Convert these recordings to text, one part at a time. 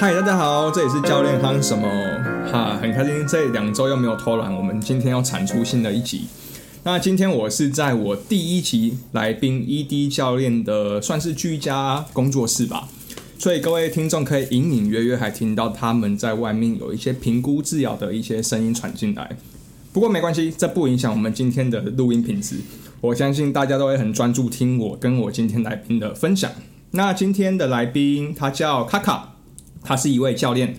大家好，这里是教练夯什么哈，很开心这两周又没有偷懒，我们今天要产出新的一集。那今天我是在我第一集来宾 ED 教练的算是居家工作室吧，所以各位听众可以隐隐约约还听到他们在外面有一些评估治疗的一些声音传进来。不过没关系，这不影响我们今天的录音品质。我相信大家都会很专注听我跟我今天来宾的分享。那今天的来宾他叫卡卡，他是一位教练。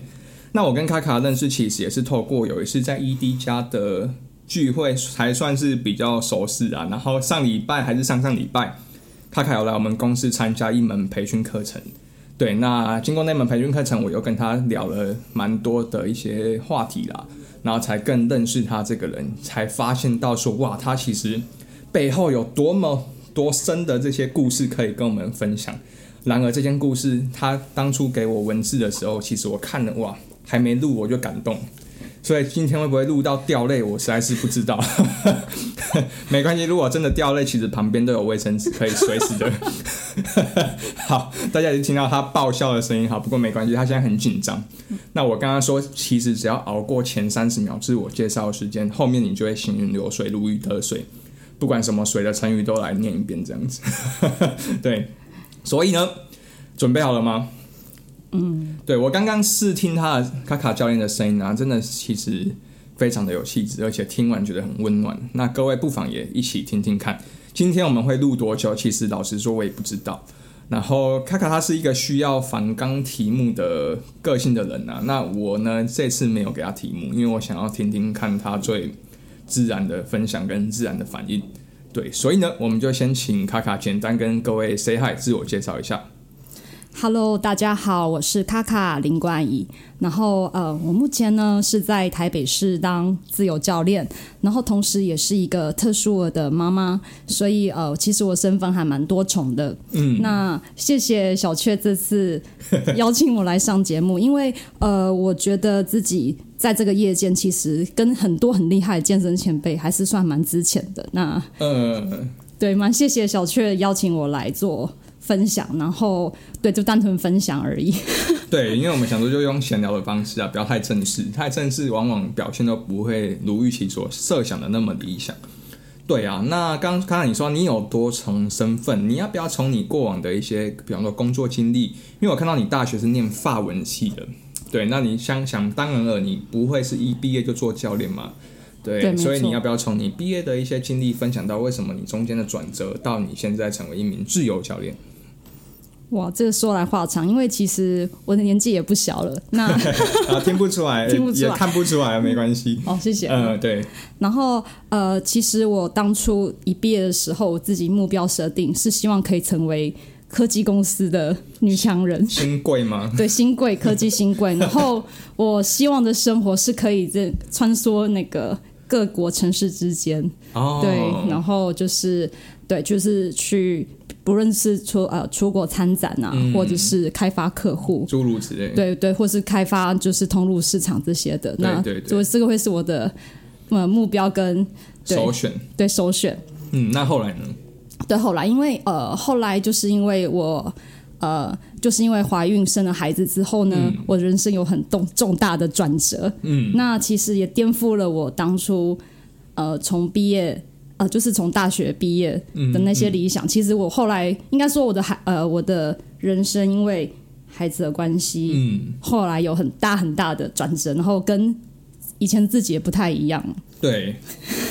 那我跟卡卡认识其实也是透过有一次在 ED 家的聚会才算是比较熟识啊。然后上礼拜还是上上礼拜，卡卡有来我们公司参加一门培训课程。对，那经过那门培训课程，我又跟他聊了蛮多的一些话题啦，然后才更认识他这个人，才发现到说哇，他其实背后有多么多深的这些故事可以跟我们分享。然而这件故事，他当初给我文字的时候，其实我看了哇，还没录我就感动，所以今天会不会录到掉泪，我实在是不知道。 没关系，如果真的掉泪，其实旁边都有卫生纸，可以随时的。 好，大家已经听到他爆笑的声音，好，不过没关系，他现在很紧张。那我刚刚说，其实只要熬过前三十秒自我介绍的时间，后面你就会行云流水，如鱼得水，不管什么水的成语都来念一遍，这样子。 对，所以呢，准备好了吗？嗯，对我刚刚试听他的卡卡教练的声音啊，真的其实非常的有气质，而且听完觉得很温暖。那各位不妨也一起听听看。今天我们会录多久？其实老实说，我也不知道。然后卡卡他是一个需要反纲题目的个性的人啊。那我呢，这次没有给他题目，因为我想要听听看他最自然的分享跟自然的反应。对，所以呢，我们就先请卡卡简单跟各位 say hi，自我介绍一下。 Hello，大家好，我是卡卡林冠怡。然后呃，我目前呢是在台北市当自由教练，然后同时也是一个特殊儿的妈妈，所以呃，其实我身份还蛮多重的。嗯，那谢谢小雀这次邀请我来上节目，因为呃，我觉得自己在这个夜间其实跟很多很厉害的健身前辈还是算蛮之前的。那呃，对，蛮谢谢小雀邀请我来做分享，然后对，就单纯分享而已。对，因为我们想说就用闲聊的方式啊，不要太正式，太正式往往表现都不会如预期所设想的那么理想。对啊，那刚刚才你说你有多重身份，你要不要从你过往的一些，比方说工作经历？因为我看到你大学是念法文系的，对，那你想想当然了，你不会是一毕业就做教练嘛？对，对没所以你错要不要从你毕业的一些经历分享到为什么你中间的转折，到你现在成为一名自由教 练？哇，这个说来话长，因为其实我的年纪也不小了。那啊，听不出来，听不出来。也看不出来，没关系哦，谢谢。呃，对，然后呃，其实我当初一毕业的时候，我自己目标设定是希望可以成为科技公司的女 强人。新贵吗？对，新贵科技新贵。然后我希望的生活是可以这穿梭那个各国城市之间，哦，对，然后就是对，就是去不论是出呃出国参展啊，嗯或者是开发客户，诸如此类。对对，或是开发就是通路市场这些的。那对对对所以这个会是我的呃目标跟对首选。对首选。嗯，那后来呢？对，后来因为呃，后来就是因为我呃，就是因为怀孕生了孩子之后呢，嗯我人生有很重重大的转折。嗯，那其实也颠覆了我当初呃从毕业。呃，就是从大学毕业嗯的那些理想，其实我后来应该说我的孩呃我的人生因为孩子的关系，嗯，后来有很大很大的转折，然后跟以前自己也不太一样。对，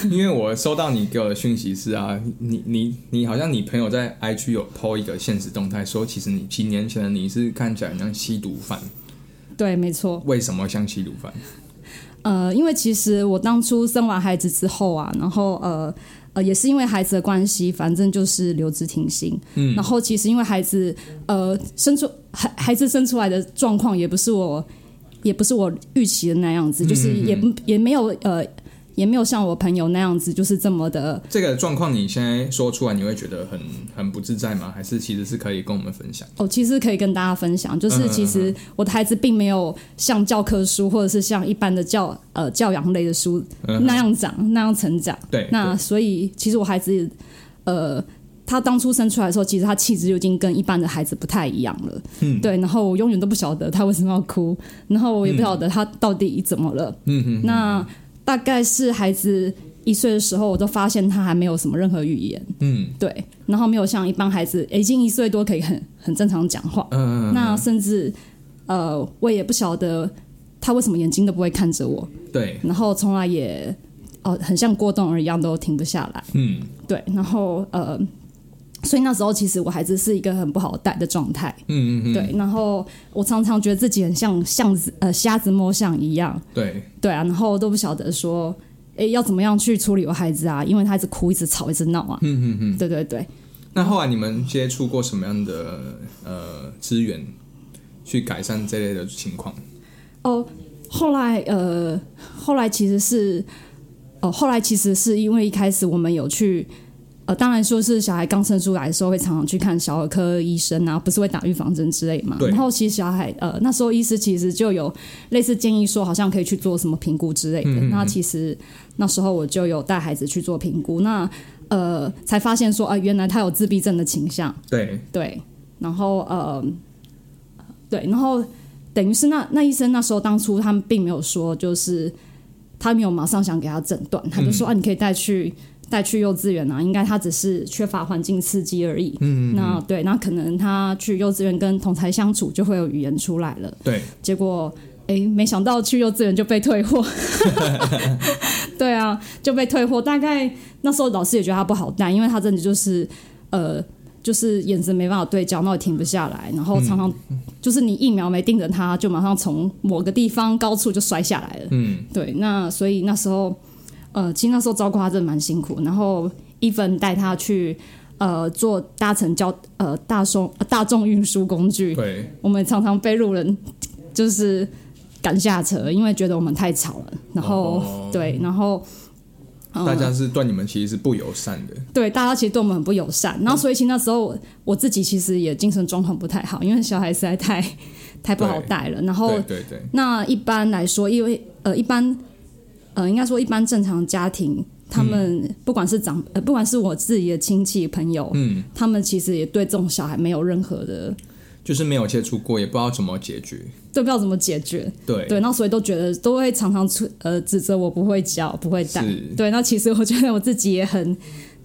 因为我收到你给我的讯息是啊，你你你好像你朋友在 IG 有 PO 一个现实动态，说其实你几年前的你是看起来很像吸毒犯，对，没错。为什么像吸毒犯？呃，因为其实我当初生完孩子之后啊，然后呃呃，也是因为孩子的关系，反正就是留职停薪。嗯，然后其实因为孩子呃生出孩孩子生出来的状况也不是我也不是我预期的那样子，就是也不也没有呃也没有像我朋友那样子，就是这么的这个状况你现在说出来，你会觉得很很不自在吗？还是其实是可以跟我们分享？哦，其实可以跟大家分享，就是其实我的孩子并没有像教科书或者是像一般的教呃教养类的书嗯那样长、那样成长。对那所以其实我孩子呃他当初生出来的时候，其实他气质就已经跟一般的孩子不太一样了。嗯对，然后我永远都不晓得他为什么要哭，然后我也不晓得他到底怎么了。嗯哼，那大概是孩子一岁的时候，我都发现他还没有什么任何语言，嗯对，然后没有像一般孩子已经一岁多可以很很正常讲话。嗯，那甚至呃，我也不晓得他为什么眼睛都不会看着我，对，然后从来也哦、很像过动儿一样都停不下来。嗯对，然后呃，所以那时候其实我孩子是一个很不好带的状态。嗯嗯嗯，对，然后我常常觉得自己很像巷子呃瞎子摸象一样，对对啊，然后都不晓得说，诶要怎么样去处理我孩子啊，因为他一直哭，一直吵，一直闹啊，嗯嗯嗯。对对对，那后来你们接触过什么样的呃资源去改善这类的情况？哦，后来呃，后来其实是，哦，后来其实是因为一开始我们有去。呃，当然说是小孩刚生出来的时候，会常常去看小儿科医生啊，不是会打预防针之类嘛。对然后其实小孩呃那时候医师其实就有类似建议说，好像可以去做什么评估之类的。那其实那时候我就有带孩子去做评估，那呃才发现说啊、原来他有自闭症的倾向。对，对，然后呃，对，然后等于是那那医生那时候当初他们并没有说，就是他没有马上想给他诊断，他就说、啊，你可以带去带去幼稚园啊，应该他只是缺乏环境刺激而已。嗯那对，那可能他去幼稚园跟同才相处就会有语言出来了，对，结果。诶，没想到去幼稚园就被退货， 对啊，就被退货。大概那时候老师也觉得他不好带，因为他真的就是呃，就是眼神没办法对焦，那也停不下来，然后常常就是你疫苗没盯着他，就马上从某个地方高处就摔下来了。嗯，对，那所以那时候，呃，其实那时候照顾他真的蛮辛苦，然后一芬带他去呃坐搭乘交呃大众大众运输工具，对，我们常常被路人就是赶下车，因为觉得我们太吵了，然后、哦对，然后。嗯大家是对你们其实是不友善的，对，大家其实对我们很不友善。嗯然后，所以其实那时候我我自己其实也精神状况不太好，因为小孩实在太太不好带了。然后对，对对，那一般来说，因为呃，一般呃，应该说一般正常家庭，他们不管是长、呃，不管是我自己的亲戚朋友，嗯，他们其实也对这种小孩没有任何的就是没有接触过，也不知道怎么解决，对，不知道怎么解决。对，对，那所以都觉得都会常常出呃指责我不会教，不会带是。对，那其实我觉得我自己也很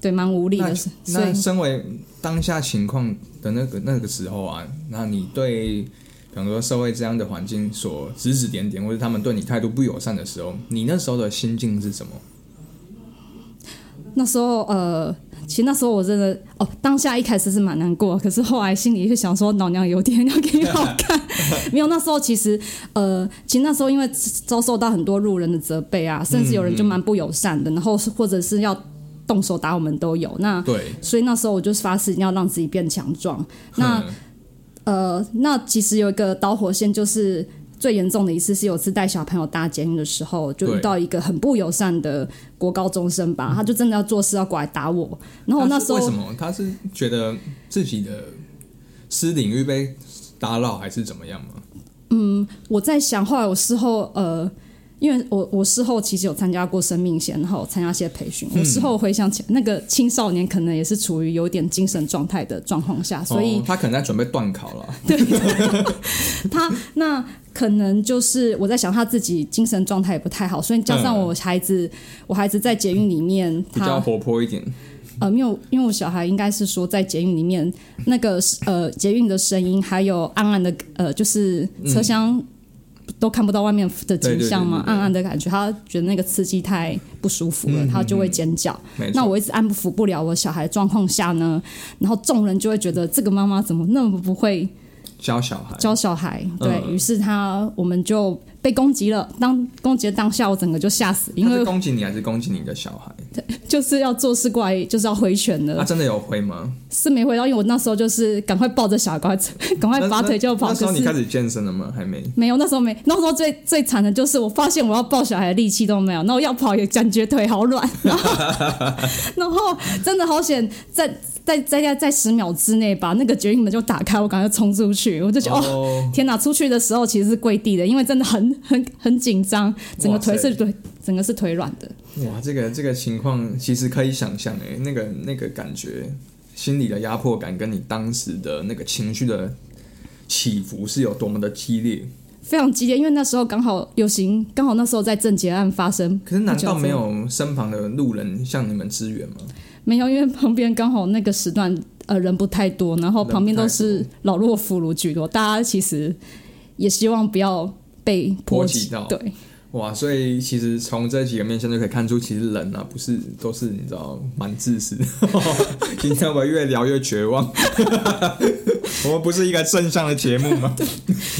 对，蛮无力的。所以那身为当下情况的那个那个时候啊，那你对，比方说社会这样的环境所指指点点，或者他们对你态度不友善的时候，你那时候的心境是什么？那时候呃，其实那时候我真的哦，当下一开始是蛮难过，可是后来心里就想说，老娘有天要给你好 看。没有，那时候其实呃，其实那时候因为遭受到很多路人的责备嗯啊，甚至有人就蛮不友善的，然后是或者是要动手打我们都有。那对，所以那时候我就发誓一定要让自己变强壮。那嗯呃，那其实有一个导火线，就是最严重的一次是有次带小朋友搭捷运的时候，就对遇到一个很不友善的国高中生吧，他就真的要做事要过来打我，然后哦我那嗯他时是为候什么他是觉得自己的私领域被打扰还是怎么样吗？我在想，后来我事后呃。因为我我事后其实有参加过生命线，然后参加一些培训。我事后回想起来，那个青少年可能也是处于有点精神状态的状况下，所以哦、他可能在准备断考了。 他那可能就是我在想他自己精神状态也不太好，所以加上嗯我孩子，我孩子在捷运里面，比较他活泼一点，呃，因为我因为我小孩应该是说在捷运里面那个呃捷运的声音，还有暗暗的呃就是车厢。都看不到外面的景象嘛，嗯对对对对对嗯暗暗的感觉，他觉得那个刺激太不舒服了，他就会尖叫。没那错，我一直安抚不了我小孩的状况下呢，然后众人就会觉得这个妈妈怎么那么不会教小孩，教小孩，对嗯于是他，我们就被攻击了。当攻击的当下，我整个就吓死，因他是为攻击你还是攻击你的小孩？ 就是要做事过来，就是要挥拳他、的，真的有回吗？是没回到，因为我那时候就是赶快抱着小孩，赶快 赶快拔腿就跑，那那那时候可你开是始健身了吗？还没。没有，那时候没，那时候最最惨的就是我发现我要抱小孩的力气都没有，然后要跑也感觉腿好软，然后 然后真的好险，在在在在在十秒之内把那个绝运门就打开，我赶快冲出去，我就觉得哦哦，天哪！出去的时候其实是跪地的，因为真的很 很很紧张，整个腿哇塞是腿，整个是腿软的。欸哇，这个这个情况其实可以想象诶，那个那个感觉，心理的压迫感跟你当时的那个情绪的起伏是有多么的激烈。非常激烈，因为那时候刚好流行，刚好那时候在郑捷案发生。可是难道没有身旁的路人向你们支援吗？没有，因为旁边刚好那个时段呃人不太多，然后旁边都是老弱妇孺居多，大家其实也希望不要被波波及到对，哇，所以其实从这几个面向就可以看出，其实人啊不是都是你知道蛮自私 的。今天我们越聊越绝望， 我们不是一个正向的节目吗？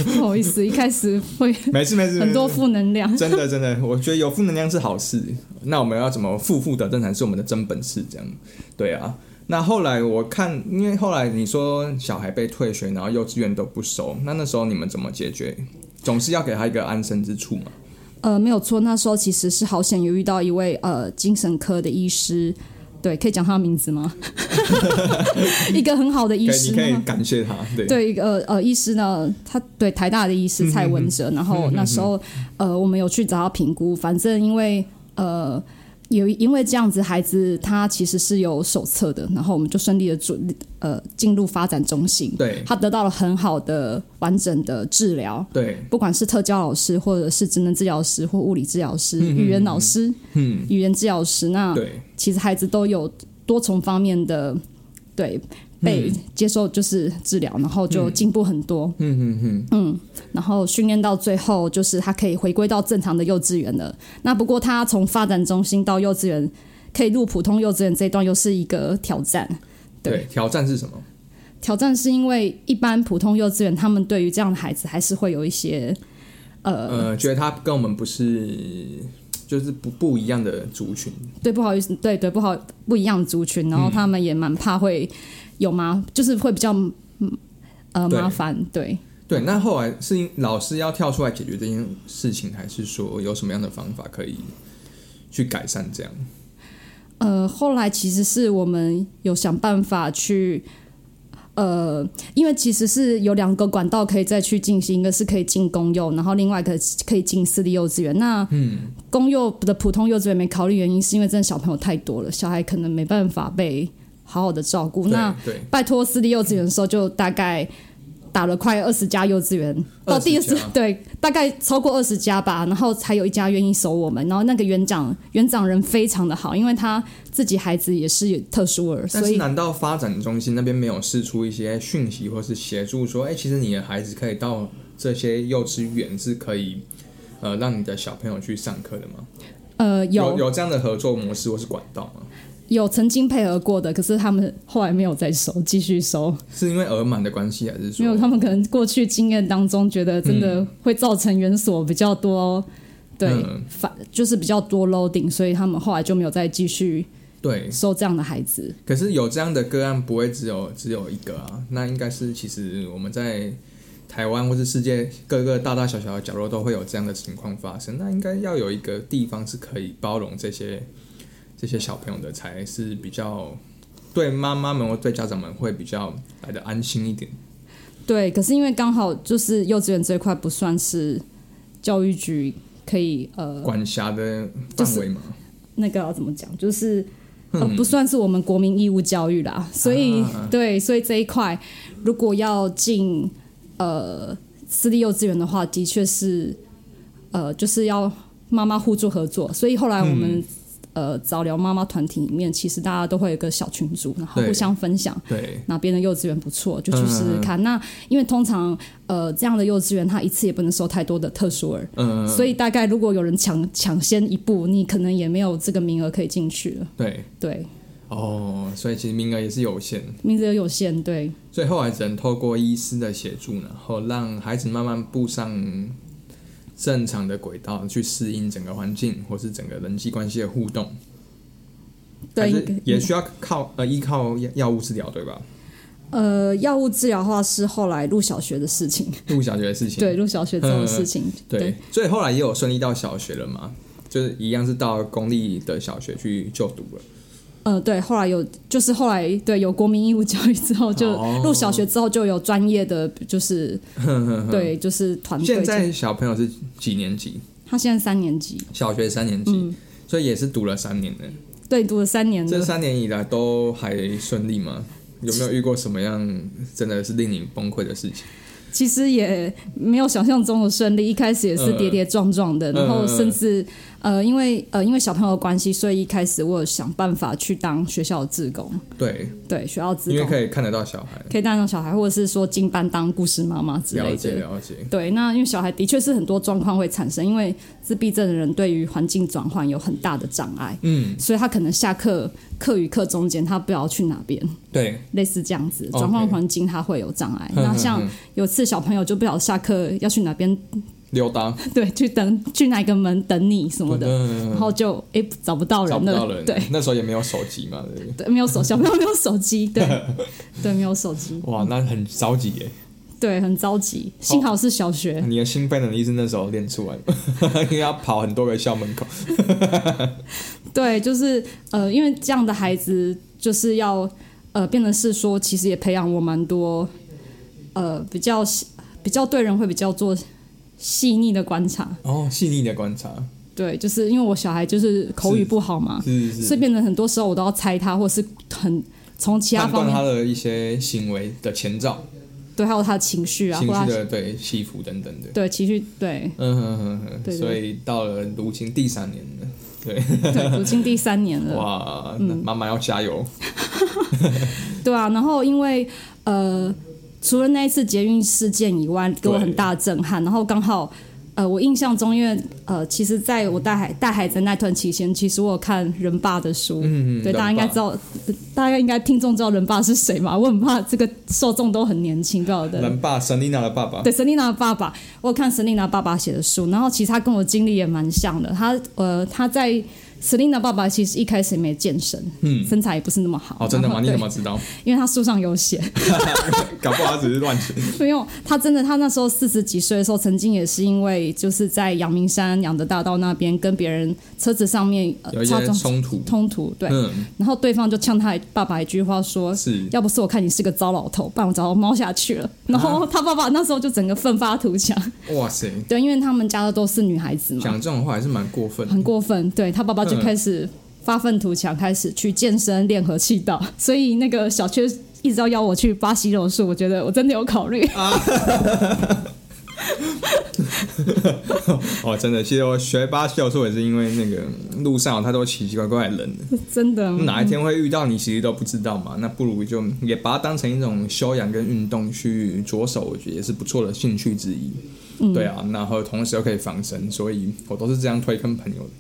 不好意思，一开始 会没事没事，没事很多负能量。 真的真的，我觉得有负能量是好事。那我们要怎么负负得正才是我们的真本事，这样对啊。那后来我看，因为后来你说小孩被退学，然后幼稚园都不收，那那时候你们怎么解决？总是要给他一个安身之处嘛。呃，没有错，那时候其实是好险有遇到一位呃精神科的医师，对，可以讲他的名字吗？ 一个很好的医可以，师你呢，可以感谢他，对对，一个呃呃医师呢，他对台大的医师蔡文哲，嗯然后那时候呃我们有去找他评估，反正因为呃。有因为这样子，孩子他其实是有手册的，然后我们就顺利的准呃进入发展中心，对他得到了很好的完整的治疗，对，不管是特教老师，或者是职能治疗师或物理治疗师、语言老师、嗯，语言治疗师，那对，其实孩子都有多重方面的对被接受就是治疗，然后就进步很多。嗯嗯嗯然后训练到最后，就是他可以回归到正常的幼稚园了。那不过他从发展中心到幼稚园，可以入普通幼稚园这一段又是一个挑战。对对，挑战是什么？挑战是因为一般普通幼稚园他们对于这样的孩子还是会有一些呃，觉得他跟我们不是，就是不不一样的族群，对，不好意思，对对，不好不一样的族群，然后他们也蛮怕会有麻，就是会比较嗯呃对麻烦，对。对，那后来是因老师要跳出来解决这件事情，还是说有什么样的方法可以去改善这样？呃，后来其实是我们有想办法去，呃，因为其实是有两个管道可以再去进行，一个是可以进公幼，然后另外一个可以进私立幼稚园。那公幼的普通幼稚园没考虑原因，是因为真的小朋友太多了，小孩可能没办法被好好的照顾。那对，拜托私立幼稚园的时候，就大概打了快二十家幼稚园，到第二20次家对，大概超过二十家吧，然后才有一家愿意收我们。然后那个园长园长人非常的好，因为他自己孩子也是有特殊儿，但所是以难道发展中心那边没有释出一些讯息，或是协助说，哎、其实你的孩子可以到这些幼稚园是可以，呃，让你的小朋友去上课的吗？呃有有有这样的合作模式或是管道吗？有曾经配合过的，可是他们后来没有再收，继续收，是因为额满的关系，还是说没有他们可能过去经验当中觉得真的会造成园所比较多。对嗯，反就是比较多 loading，所以他们后来就没有再继续对，收这样的孩子。可是有这样的个案不会只有只有一个啊，那应该是其实我们在台湾或是世界各个大大小小的角落都会有这样的情况发生。那应该要有一个地方是可以包容这些这些小朋友的，才是比较对妈妈们或对家长们会比较来的安心一点。对，可是因为刚好就是幼稚园这一块不算是教育局可以呃管辖的就范是围嘛，那个要怎么讲，就是呃不算是我们国民义务教育啦，所以、嗯啊对，所以这一块如果要进呃私立幼稚园的话，的确是呃就是要妈妈互助合作，所以后来我们、嗯呃早疗妈妈团体里面，其实大家都会有一个小群组，然后对互相分享。对哪边的幼稚园不错，就去试嗯试看。那因为通常呃这样的幼稚园，它一次也不能收太多的特殊儿，嗯所以大概如果有人抢抢先一步，你可能也没有这个名额可以进去了。对对，哦，所以其实名额也是有限的。名额有限，对所以后来只能透过医师的协助，然后让孩子慢慢步上正常的轨道，去适应整个环境或是整个人际关系的互动。还对，应是该嗯也需要靠呃依靠药药物治疗，对吧？呃药物治疗的话是后来入小学的事情，入小学的事情，对入小学之后的事情，对，所以后来也有顺利到小学了嘛，就是一样是到公立的小学去就读了。呃，对，后来有就是后来对有国民义务教育之后，就哦入小学之后就有专业的， 就是对，就是团队。现在小朋友是几年级？他现在三年级，小学三年级，嗯所以也是读了三年的。对，读了三年这了。三年以来都还顺利吗？有没有遇过什么样真的是令你崩溃的事情？其实也没有想象中的顺利，一开始也是跌跌撞撞的，嗯然后甚至呃，因为呃因为小朋友的关系，所以一开始我有想办法去当学校的志工，对，对学校志因为工可以看得到小孩，可以带上小孩，或者是说进班当故事妈妈之了类解的。了解，对，那因为小孩的确是很多状况会产生，因为自闭症的人对于环境转换有很大的障碍，嗯，所以他可能下课课与课中间他不知道去哪边，对，类似这样子 OK 转换环境他会有障碍。那像哼哼哼有次小朋友就不晓得下课要去哪边溜 达，对，去等去哪一个门等你什么的，然嗯，后就诶找不到找人不了，到人，对，那时候也没有手机嘛，对不对？对，没有手 小朋友没有手机，对对，没有手机，哇，那很着急耶！对，很着急。幸好是小学，你的心肺能力是那时候练出来 的，因为要跑很多个校门口，对，就是呃，因为这样的孩子就是要呃，变得是说，其实也培养我蛮多呃比较细比较对人会比较做细腻的观察，哦，细腻的观察，对，就是因为我小孩就是口语是不好嘛，是是所以是，变得很多时候我都要猜他，或是很从其他判方断面他的一些行为的前兆、对，还有他的情绪啊，或情他绪的对起伏等等的。对情绪，对嗯哼哼哼，对对所以到了如今第三年了， 对，如今第三年了，哇，那嗯妈妈要加油，对啊。然后因为呃，除了那一次捷运事件以外，给我很大的震撼。然后刚好呃，我印象中，因为呃，其实在我带孩带孩子的那段期间，其实我有看人爸的书，嗯嗯对，人大家应该爸知道，大家应该听众知道人爸是谁嘛？我很怕这个受众都很年轻，不晓得。人爸 Selina 的爸爸，对，沈丽娜的爸爸，我有看沈丽娜爸爸写的书，然后其实他跟我经历也蛮像的。他呃，他在沈丽娜爸爸其实一开始也没健身，嗯，身材也不是那么好。哦，真的然 吗？后你怎对么知道？因为他书上有写， 搞不好他只是乱写。没有他真的，他那时候四十几岁的时候，曾经也是因为就是在阳明山养德大道那边跟别人车子上面有呃一擦些撞冲突，冲突，对，嗯，然后对方就呛他爸爸一句话说。是要不是我看你是个糟老头，不然我早猫下去了。然啊后他爸爸那时候就整个奋发图强，哇塞，对，因为他们家的都是女孩子嘛，讲这种话还是蛮过分的很过分。对他爸爸就嗯开始发愤图强，开始去健身练合气道， 所以那个小缺一直要邀我去巴西柔术，我觉得我真的有考虑。啊哦，真的，其实我学巴西柔术也是因为那个路上他都奇奇怪怪的人，真的，哪一天会遇到你其实都不知道嘛。那不如就也把它当成一种修养跟运动去着手，我觉得也是不错的兴趣之一。嗯对啊，然后同时又可以防身，所以我都是这样推坑朋友的。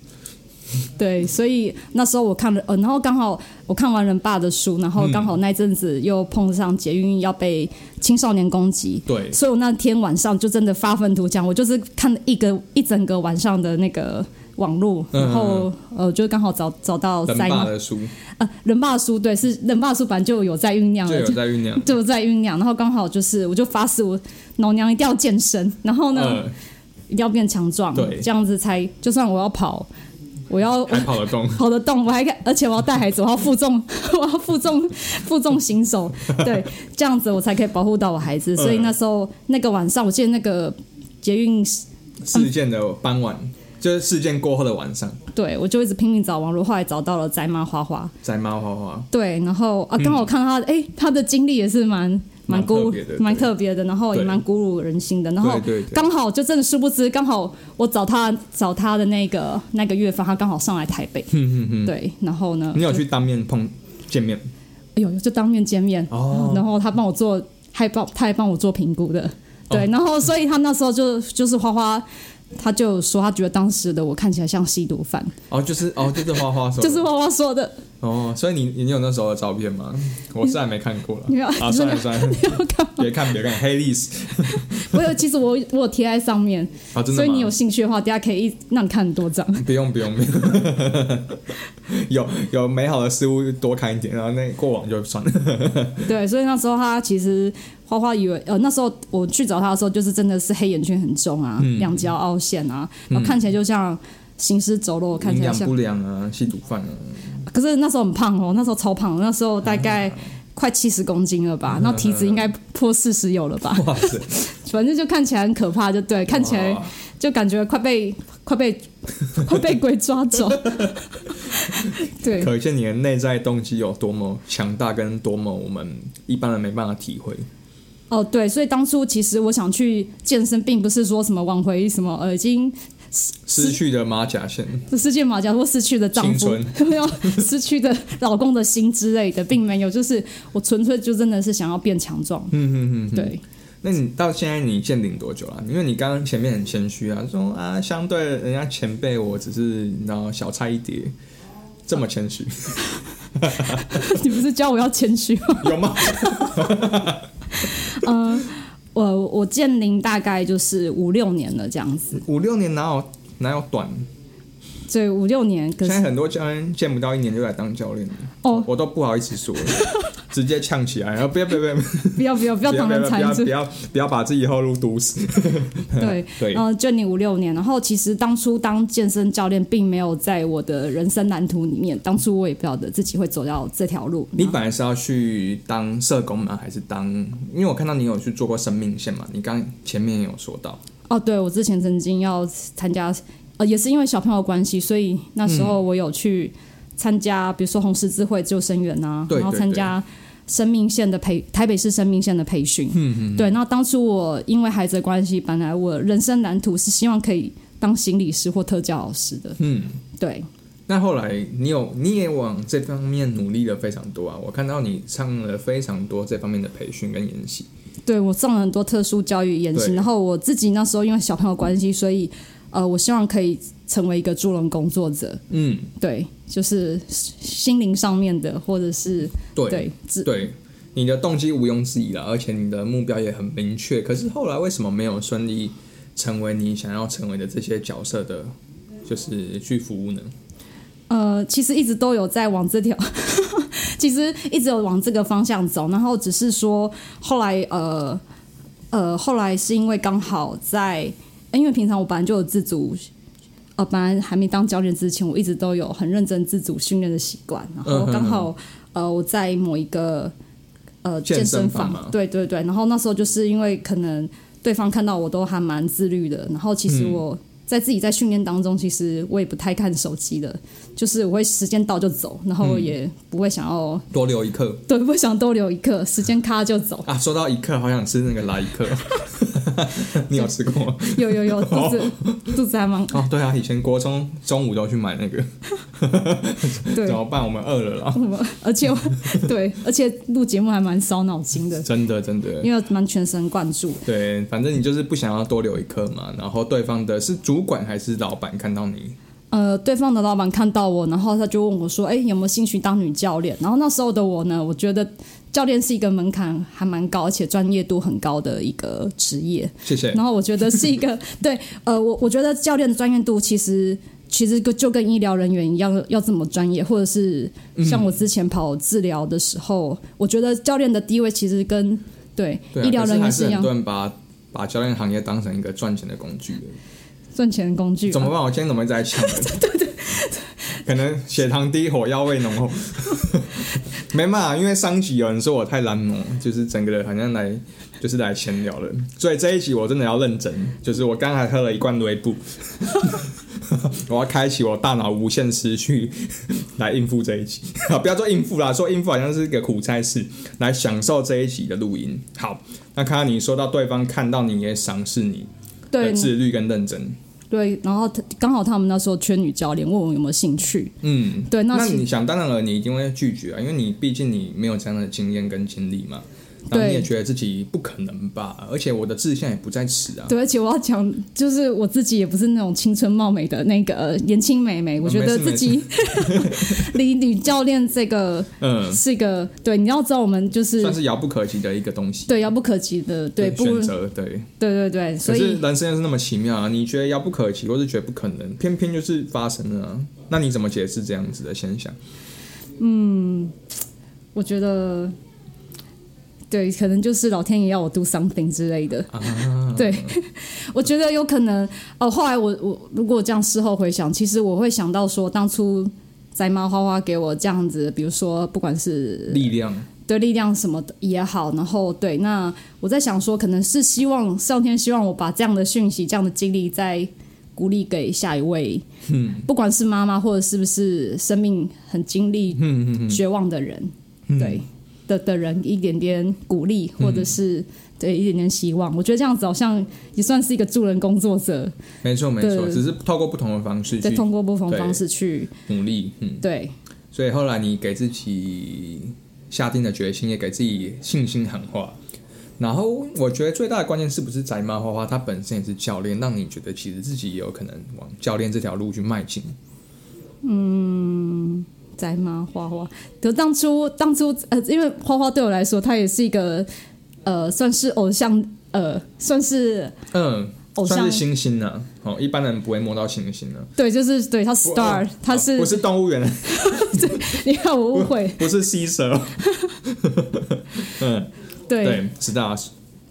对，所以那时候我看了，呃，然后刚好我看完人爸的书，然后嗯刚好那阵子又碰上捷运要被青少年攻击。对，所以我那天晚上就真的发愤图强，我就是看了一个一整个晚上的那个网络，嗯然后呃，就刚好找找到人塞爸纳的书呃，人爸的书对，是人爸的书本来就有在酝酿就了，有哦就在酝酿。就有在酝酿，然后刚好就是我就发誓我老娘一定要健身，然后呢、嗯，一定要变强壮，对这样子才就算我要跑，我要 还跑得动。跑得动，我还而且我要带孩子，我要负重， 我要负重 负重行走，对，这样子我才可以保护到我孩子。所以嗯那时候那个晚上，我记得那个捷运事件的傍晚，就是事件过后的晚上，对我就一直拼命找网络，后来找到了宅妈花花，在猫花花，对，然后啊，刚好看到他，哎、他的经历也是蛮嗯蛮鼓特舞别的，蛮对特别的，然后也对蛮鼓舞人心的，然后对对对刚好就真的殊不知，刚好我找他找他的那个那个月份，他刚好上来台北，对，然后呢，你有就去当面碰见面哎呦，就当面见面，嗯哦然后他帮我做，还帮他还帮我做评估的，哦对，然后所以他那时候就就是花花。他就说，他觉得当时的我看起来像吸毒犯，哦，就是哦，就是花花说的， 就是花花说的。哦，所以你你有那时候的照片吗？我是还没看过了 你要，啊，你算了要算 了，你要干嘛？别看别看，黑历史我有，其实我我有贴在上面，啊，真的吗？所以你有兴趣的话，大家可以一让你看很 多张。不用不用不用， 有有美好的事物多看一点，然后那过往就算了。对，所以那时候他其实花花以为，呃，那时候我去找他的时候，就是真的是黑眼圈很重啊，嗯两颊凹陷啊，然后看起来就像行尸走肉， 看营起来养像。不良啊，吸毒犯啊， 可是那时候很胖哦，那时候超胖，那时候大概啊快七十公斤了吧，那体脂应该破四十有了吧，哇塞，反正就看起来很可怕，就对，看起来哇 就感觉快被快被快被鬼抓走。对，可见你的内在动机有多么强大，跟多么我们一般人没办法体会。哦对，所以当初其实我想去健身，并不是说什么挽回什么，呃，已经失去的马甲线， 失去马甲或失去的丈夫青， 没有失去的老公的心之类的，并没有，就是我纯粹就真的是想要变强壮，嗯嗯嗯，嗯。对， 那你到现在你见顶多久了、因为你刚刚前面很谦虚啊，说啊，相对人家前辈，我只是你知道小菜一碟，这么谦 虚你不是教我要谦虚 吗？呃有吗？我我健龄大概就是五六年了这样子，五六年哪有哪有短？所以五六年可现在是很多教练见不到一年就来当教练了，哦我都不好意思说了， 直接呛起来，然后啊不要不要不要不不要不要不要要挡不要人不财要主不，要不要把自己后路堵 死。对，对，嗯，就你五六年，然后其实当初当健身教练并没有在我的人生蓝图里面，当初我也不晓得自己会走到这条路。你本来是要去当社工吗？还是当？因为我看到你有去做过生命线嘛，你刚前面也有说到。哦，对，我之前曾经要参加，呃，也是因为小朋友的关系，所以那时候我有去参加，比如说红十字会救生员啊，对然后对参对加生命线的培，台北市生命线的培训。嗯嗯。对，那当初我因为孩子的关系，本来我人生蓝图是希望可以当心理师或特教老师的。嗯，对，那后来你有你也往这方面努力了非常多啊，我看到你上了非常多这方面的培训跟研习。对我上了很多特殊教育研习，对然后我自己那时候因为小朋友关系，所以呃，我希望可以成为一个助人工作者，嗯，对，就是心灵上面的，或者是对对，自对你的动机毋庸置疑了，而且你的目标也很明确。可是后来为什么没有顺利成为你想要成为的这些角色的，就是去服务呢？呃，其实一直都有在往这条， 其实一直有往这个方向走，然后只是说后来呃呃，后来是因为刚好在，呃因为平常我本来就有自主。呃，本来还没当教练之前，我一直都有很认真自主训练的习惯。然嗯后刚好，呃，我在某一个呃健健身身房房吗，对对对。然后那时候就是因为可能对方看到我都还蛮自律的，然后其嗯实我在自己在训练当中，其实我也不太看手机的，就是我会时间到就走，然嗯后也不会想要、多留一刻对，不会想多留一刻，时间咔 就走。啊！说到一刻，好想吃那个来一刻， 你有吃过吗？有有有，肚子肚子还蛮哦，对啊，以前国中中午都去买那个，对怎，么办？我们饿了啦！我们 而且我对，而且录节目还蛮烧脑筋的，真的，真的，因为蛮全神贯注。对，反正你就是不想要多留一刻嘛。然后对方的是主管还是老板看到你，呃，对方的老板看到我，然后他就问我说：“哎，有没有兴趣当女教练？”然后那时候的我呢，我觉得教练是一个门槛还蛮高，而且专业度很高的一个职业。谢谢。然后我觉得是一个 对，呃，我我觉得教练的专业度其实其实就跟医疗人员一样，要这么专业，或者是像我之前跑治疗的时候，我觉得教练的地位其实跟对对、啊，医疗人可员是还是一很样多，人把把教练行业当成一个赚钱的工具而已。赚钱的工具啊怎嘛。么办？我今天怎么一直在抢？ 对对可能血糖低，火药味浓厚。 没办法，因为上一集有人说我太懒惰，就是整个人好像来就是来闲聊了，所以这一集我真的要认真。就是我刚才喝了一罐雷布， 我要开启我大脑无限思绪来应付这一集。 不要说应付啦，说应付好像是一个苦差事，来享受这一集的录音。好，那看到你说到对方看到你也赏识你的对自律跟认真，对，然后他刚好他们那时候缺女教练，问我有没有兴趣。嗯。对，那那其你想当然了，你一定会拒绝啊，因为你毕竟你没有这样的经验跟经历嘛，然后对你也觉得自己不可能吧，而且我的志向也不在此啊。对，而且我要讲，就是我自己也不是那种青春貌美的那个呃年轻美眉，我觉得哦没事自己 离女教练这个 嗯，是一个对，你要知道我们就是算是遥不可及的一个东西。对遥不可及的，对不，选对择对，对对，可所是以人生又是那么奇妙啊！你觉得遥不可及，或是觉得不可能，偏偏就是发生了、啊，那你怎么解释这样子的现象？我觉得。对，可能就是老天爷要我 do something 之类的。啊 对，我觉得有可能。哦，后来我我如果这样事后回想，其实我会想到说，当初宅妈花花给我这样子，比如说不管是力量，的力量什么的也好，然后对，那我在想说，可能是希望上天希望我把这样的讯息、这样的经历，在鼓励给下一位，不管是妈妈或者是不是生命很经历绝望的人，对的的人一点点鼓励，或者是对一点点希望。我觉得这样子好像也算是一个助人工作者，没错没错，对只是透过不同的方式在去通过不同对方式去努力，嗯，对所以后来你给自己下定了决心，也给自己信心喊话。然后我觉得最大的关键是不是宅妈花花她本身也是教练，让你觉得其实自己也有可能往教练这条路去迈进。摘吗？花花，就当初当初呃，因为花花对我来说，她也是一个呃，算是偶像，呃，算是嗯，偶算像是星星呢、哦，一般人不会摸到星星呢、对，就是对她我 star，她是哦不是动物园， 你看我误会，不是吸蛇。 嗯，对对，啊知道。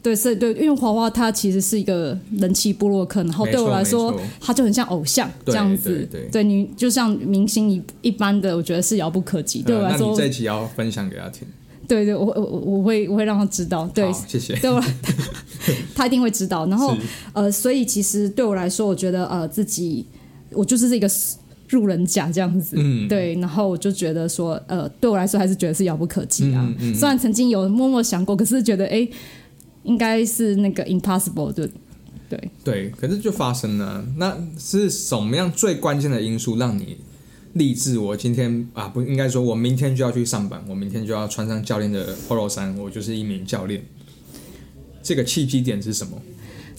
对是，对，因为花花她其实是一个人气部落客，然后没对我错来没说错，她就很像偶像对这样子，对对你就像明星一一般的，我觉得是遥不可及。对我嗯来那你说，这一集要分享给他听。对对，我我我我会我会让她知道，对好，谢谢。对我来， 她一定会知道。然后是呃，所以其实对我来说，我觉得呃自己我就是一个 s- 路人甲这样子，嗯对，然后我就觉得说，呃，对我来说还是觉得是遥不可及啊。嗯嗯嗯虽然曾经有默默想过，可是觉得哎，应该是那个 impossible 的，对，对，可是就发生了。那是什么样最关键的因素让你立志？我今天啊，不应该说，我明天就要去上班，我明天就要穿上教练的 polo 衫，我就是一名教练。这个契机点是什么？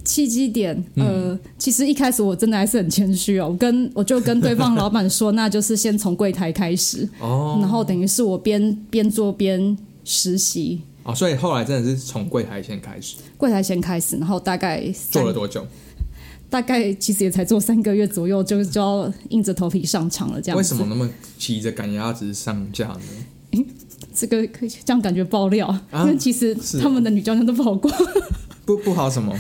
契机点，呃，嗯其实一开始我真的还是很谦虚哦，我跟我就跟对方老板说， 那就是先从柜台开始，哦然后等于是我边边做边实习，哦，所以后来真的是从柜台先开始，柜台先开始，然后大概做三了多久？大概其实也才做三个月左右，就就要硬着头皮上场了。这为样子什么？那么急着赶鸭子上架呢？这个可以这样感觉爆料，啊因为其实是哦他们的女教练都跑光，不不好什么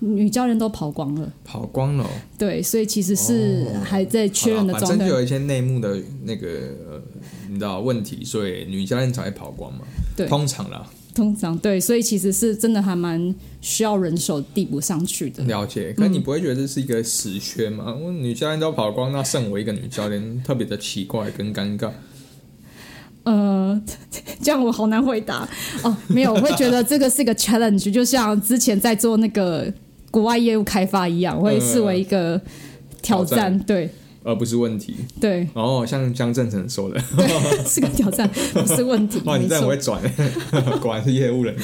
女教练都跑光了。跑光了哦、对，所以其实是还在缺人的哦好啦状反态正就。有一些内幕的那个呃你知道问题，所以女教练才会跑光嘛。对通常啦，通常对，所以其实是真的还蛮需要人手递补上去的。了解。可是你不会觉得这是一个死缺吗？我女教练都跑光，那剩我一个女教练，特别的奇怪跟尴尬。呃， 这样我好难回答哦。没有，我会觉得这个是一个 challenge，就像之前在做那个国外业务开发一样，我会视为一个挑挑战战。对而不是问题对，哦，像江正成说 的， 对，是个挑战，不是问题。哇，你没真的很错会，转， 果然是业务人，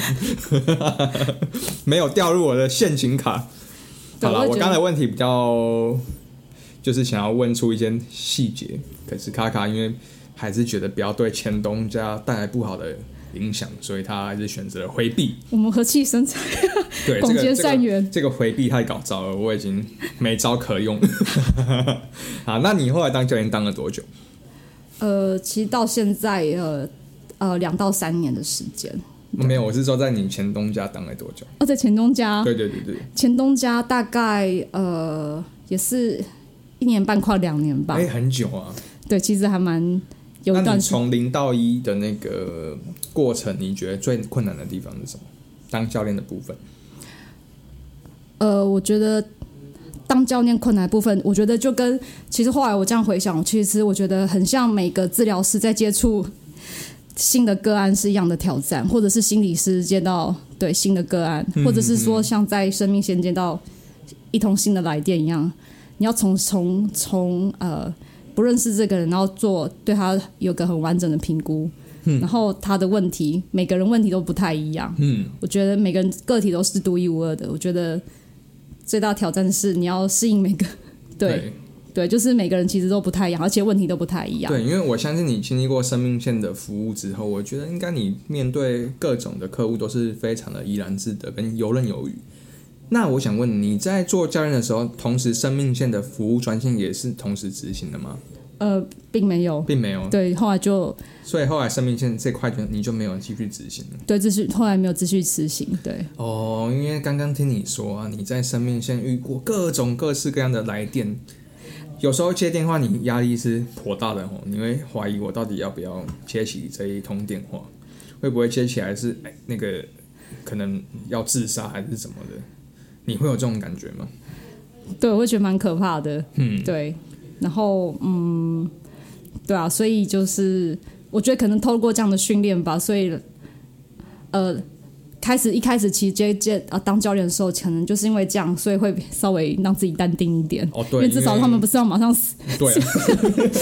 没有掉入我的陷阱卡。对好了，我我觉得刚才问题比较，就是想要问出一些细节，可是卡卡因为还是觉得不要对前东家带来不好的影响，所以他还是选择了回避。我们和气生财， 对，广这个结善缘这个这个回避太搞糟了，我已经没招可用。 好，那你后来当教练当了多久？呃，其实到现在，呃呃，两到三年的时间。没有，我是说在你前东家当了多久？哦，在前东家，对对对对。前东家大概呃也是一年半，快两年吧哎、。很久啊！对，其实还蛮有一那段你时从零到一的那个过程，你觉得最困难的地方是什么？当教练的部分，呃，我觉得当教练困难的部分，我觉得就跟其实后来我这样回想，其实我觉得很像每个治疗师在接触新的个案是一样的挑战，或者是心理师接到对新的个案，或者是说像在生命线接到一通新的来电一样，你要从从从呃。不认识这个人，然后做对他有个很完整的评估，然后他的问题，每个人问题都不太一样，嗯，我觉得每个人个体都是独一无二的。我觉得最大的挑战是你要适应每个， 对对，就是每个人其实都不太一样，而且问题都不太一样。对，因为我相信你经历过生命线的服务之后，我觉得应该你面对各种的客户都是非常的怡然自得跟游刃有余。那我想问你在做教练的时候，同时生命线的服务专线也是同时执行的吗？呃，并没有。并没有，对，后来就所以后来生命线这块就你就没有继续执行了。对继续，后来没有继续执行。对，哦，因为刚刚听你说啊，你在生命线遇过各种各式各样的来电，有时候接电话你压力是颇大的哦，你会怀疑我到底要不要接起这一通电话，会不会接起来是哎那个可能要自杀还是怎么的，你会有这种感觉吗？对，我会觉得蛮可怕的。嗯，对，然后嗯，对啊，所以就是我觉得可能透过这样的训练吧，所以呃，开始一开始其实接接啊当教练的时候，可能就是因为这样，所以会稍微让自己淡定一点。哦因对，为至少他们不是要马上死，对啊，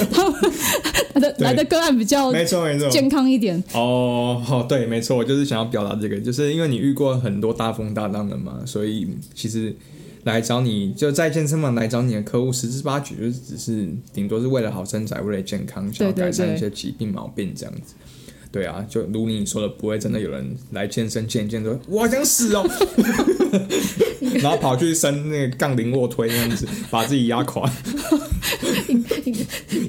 来的对来的个案比较没错没错，健康一点。哦，好，对，没错，我就是想要表达这个，就是因为你遇过很多大风大浪的嘛，所以其实来找你就在健身房来找你的客户，十之八九就只是顶多是为了好身材，为了健康，想要对对改善对一些疾病毛病这样子。对啊，就如你说的，不会真的有人来健身健一健说我好想死哦， 然后跑去伸那个杠铃卧推那样子，把自己压垮。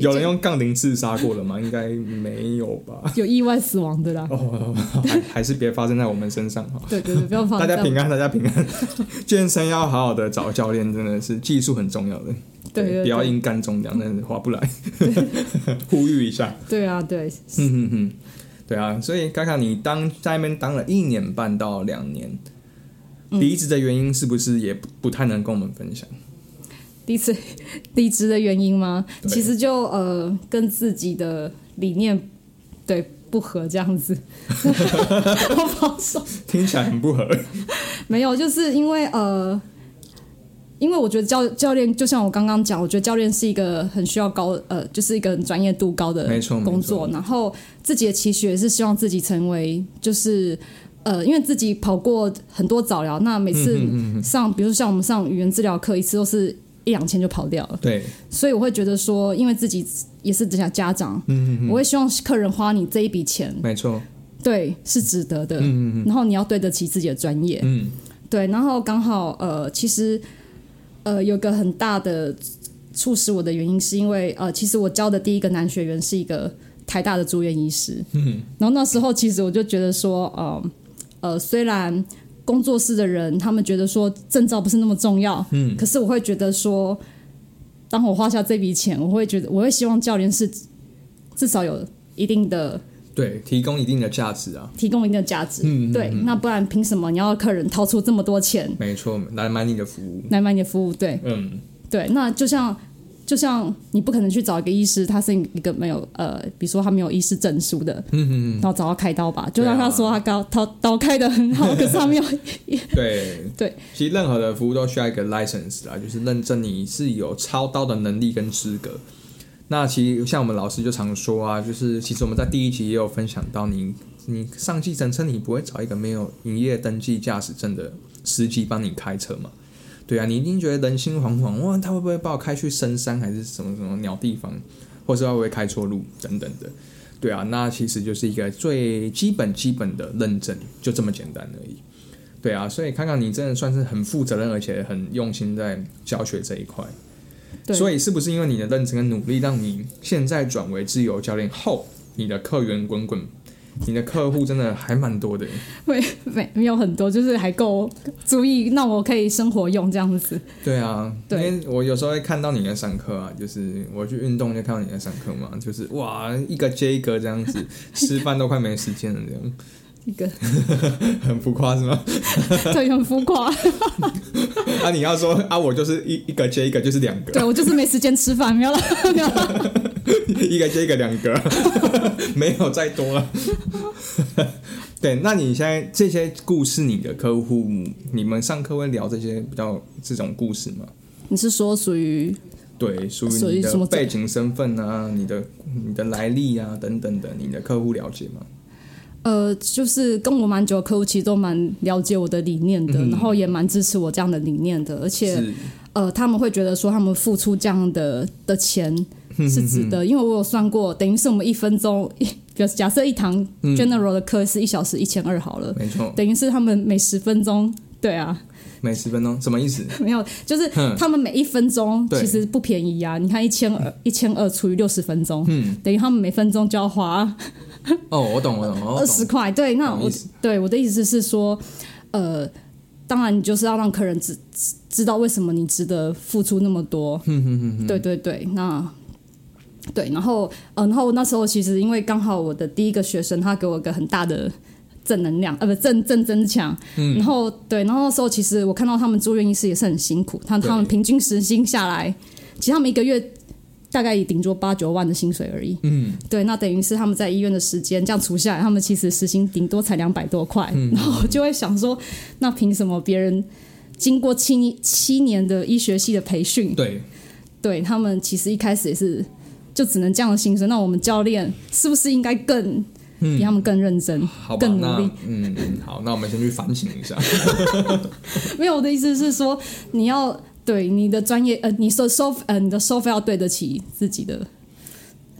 有人用杠铃自杀过了吗？应该没有吧。有意外死亡的啦。哦， 还还是别发生在我们身上哈。对对对，不要放大家在平安，大家平安。 健身要好好的找教练，真的是技术很重要的。对对对不要硬干重量，那划不 来。呼吁一下， 对啊，对，嗯哼哼，对啊。所以卡卡，你当在那边当了一年半到两年，嗯离职的原因是不是也不不太能跟我们分享？ 离职离职的原因吗？对其实就呃跟自己的理念对不合这样子，好保守。听起来很不 合。没有，就是因为呃，因为我觉得教教练就像我刚刚讲，我觉得教练是一个很需要高呃，就是一个很专业度高的没错没错工作。然后自己的期许也是希望自己成为就是。呃，因为自己跑过很多早疗，那每嗯次上，比如像我们上语言治疗课，一次都是一两千就跑掉了，对，所以我会觉得说，因为自己也是家家长，嗯我会希望客人花你这一笔钱，没错。对，是值得的，然后你要对得起自己的专业，嗯，对，然后刚好呃，其实呃，有个很大的促使我的原因，是因为呃，其实我教的第一个男学员是一个台大的住院医师，嗯，然后那时候其实我就觉得说，呃呃，虽然工作室的人他们觉得说证照不是那么重要，嗯，可是我会觉得说，当我花下这笔钱，我会觉得我会希望教练是至少有一定的对，提供一定的价值啊。提供一定的价值，嗯嗯对，那不然凭什么你要客人掏出这么多钱？没错，来买你的服务。来买你的服务，对，嗯，对，那就像就像你不可能去找一个医师，他是一个没有呃，比如说他没有医师证书的，嗯嗯，然后找他开刀吧，就对啊让他说他刀刀刀开的很好，可是 他没有，对对，其实任何的服务都需要一个 license 啊，就是认证你是有操刀的能力跟资格。那其实像我们老师就常说啊，就是其实我们在第一集也有分享到你，你上计程车你不会找一个没有营业登记驾驶证的司机帮你开车嘛？对啊，你一定觉得人心惶惶，哇，他会不会把我开去深山还是什么什么鸟地方，或是他会不会开错路等等的？对啊，那其实就是一个最基本基本的认证，就这么简单而已。对啊，所以康康你真的算是很负责任，而且很用心在教学这一块。对所以是不是因为你的认真跟努力，让你现在转为自由教练后，你的客源滚滚，你的客户真的还蛮多的。没没没有很多，就是还够足以让我可以生活用这样子，对啊，因对为我有时候会看到你在上课啊，就是我去运动就看到你在上课嘛，就是哇，一个接一个这样子，吃饭都快没时间了，这样一 个很浮夸是吗？对很浮夸，啊，你要说啊，我就是一一个接一个，就是两个，对我就是没时间吃饭，没有了，没 有了，一个接一个两个， 没有再多了。 对，那你现在这些故事，你的客户，你们上课会聊这些比较这种故事吗？你是说属于对，属属于于你什的么背景、身份啊，你的你的来历啊，等等的，你的客户了解吗？呃，就是跟我蛮久的客户，其实都蛮了解我的理念的，然后也蛮支持我这样的理念的，而且嗯是，呃，他们会觉得说他们付出这样的的钱嗯是值得，因为我有算过，等于是我们一分钟， 一比如假设一堂嗯 general 的课是一小时一千二好了，没错，等于是他们每十分钟，对啊， 每十分钟什么意思？没有，就是他们每一分钟嗯对其实不便宜啊，你看一千二一千二除以六十分钟，嗯等于他们每分钟就要花哦，我懂，我懂，我懂二十块，对，那懂我意思对我的意思是说，呃。当然，你就是要让客人知知知道为什么你值得付出那么多。对对对，那对，然后呃，然后那时候其实因为刚好我的第一个学生他给我一个很大的正能量，呃，不正正增强。嗯然后对，然后那时候其实我看到他们住院医师也是很辛苦，他对他们平均时薪下来，其实他们一个月大概也顶多八九万的薪水而已。嗯，对，那等于是他们在医院的时间这样除下来，他们其实时薪顶多才两百多块。嗯然后我就会想说，那凭什么别人经过七七年的医学系的培训，对，对他们其实一开始也是就只能这样的薪水。那我们教练是不是应该更、比他们更认真嗯好、吧，更努那力？嗯，好，那我们先去反省一下。没有，我的意思是说，你要对你的专业，呃，你收收呃你的收费要对得起自己的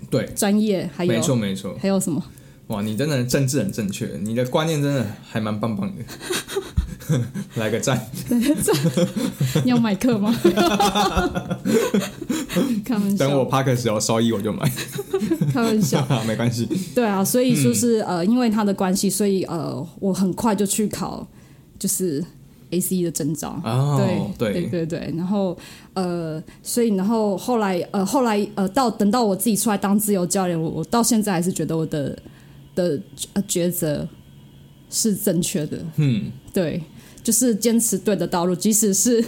对，专业，还没有错没错，还有什么？哇，你真的政治很正确，你的观念真的还蛮棒棒的， 来个赞。 你要买课吗？开玩等我笑， p a r k 时候收益我就买，开 玩笑。没关系。对啊，所以就是、嗯呃，因为他的关系，所以呃，我很快就去考就是 A C E 的证照。哦，对对对对，然后呃，所以然后后来呃，后来呃，到等到我自己出来当自由教练，我我到现在还是觉得我的的呃抉择是正确的，嗯，对，就是坚持对的道路，即使是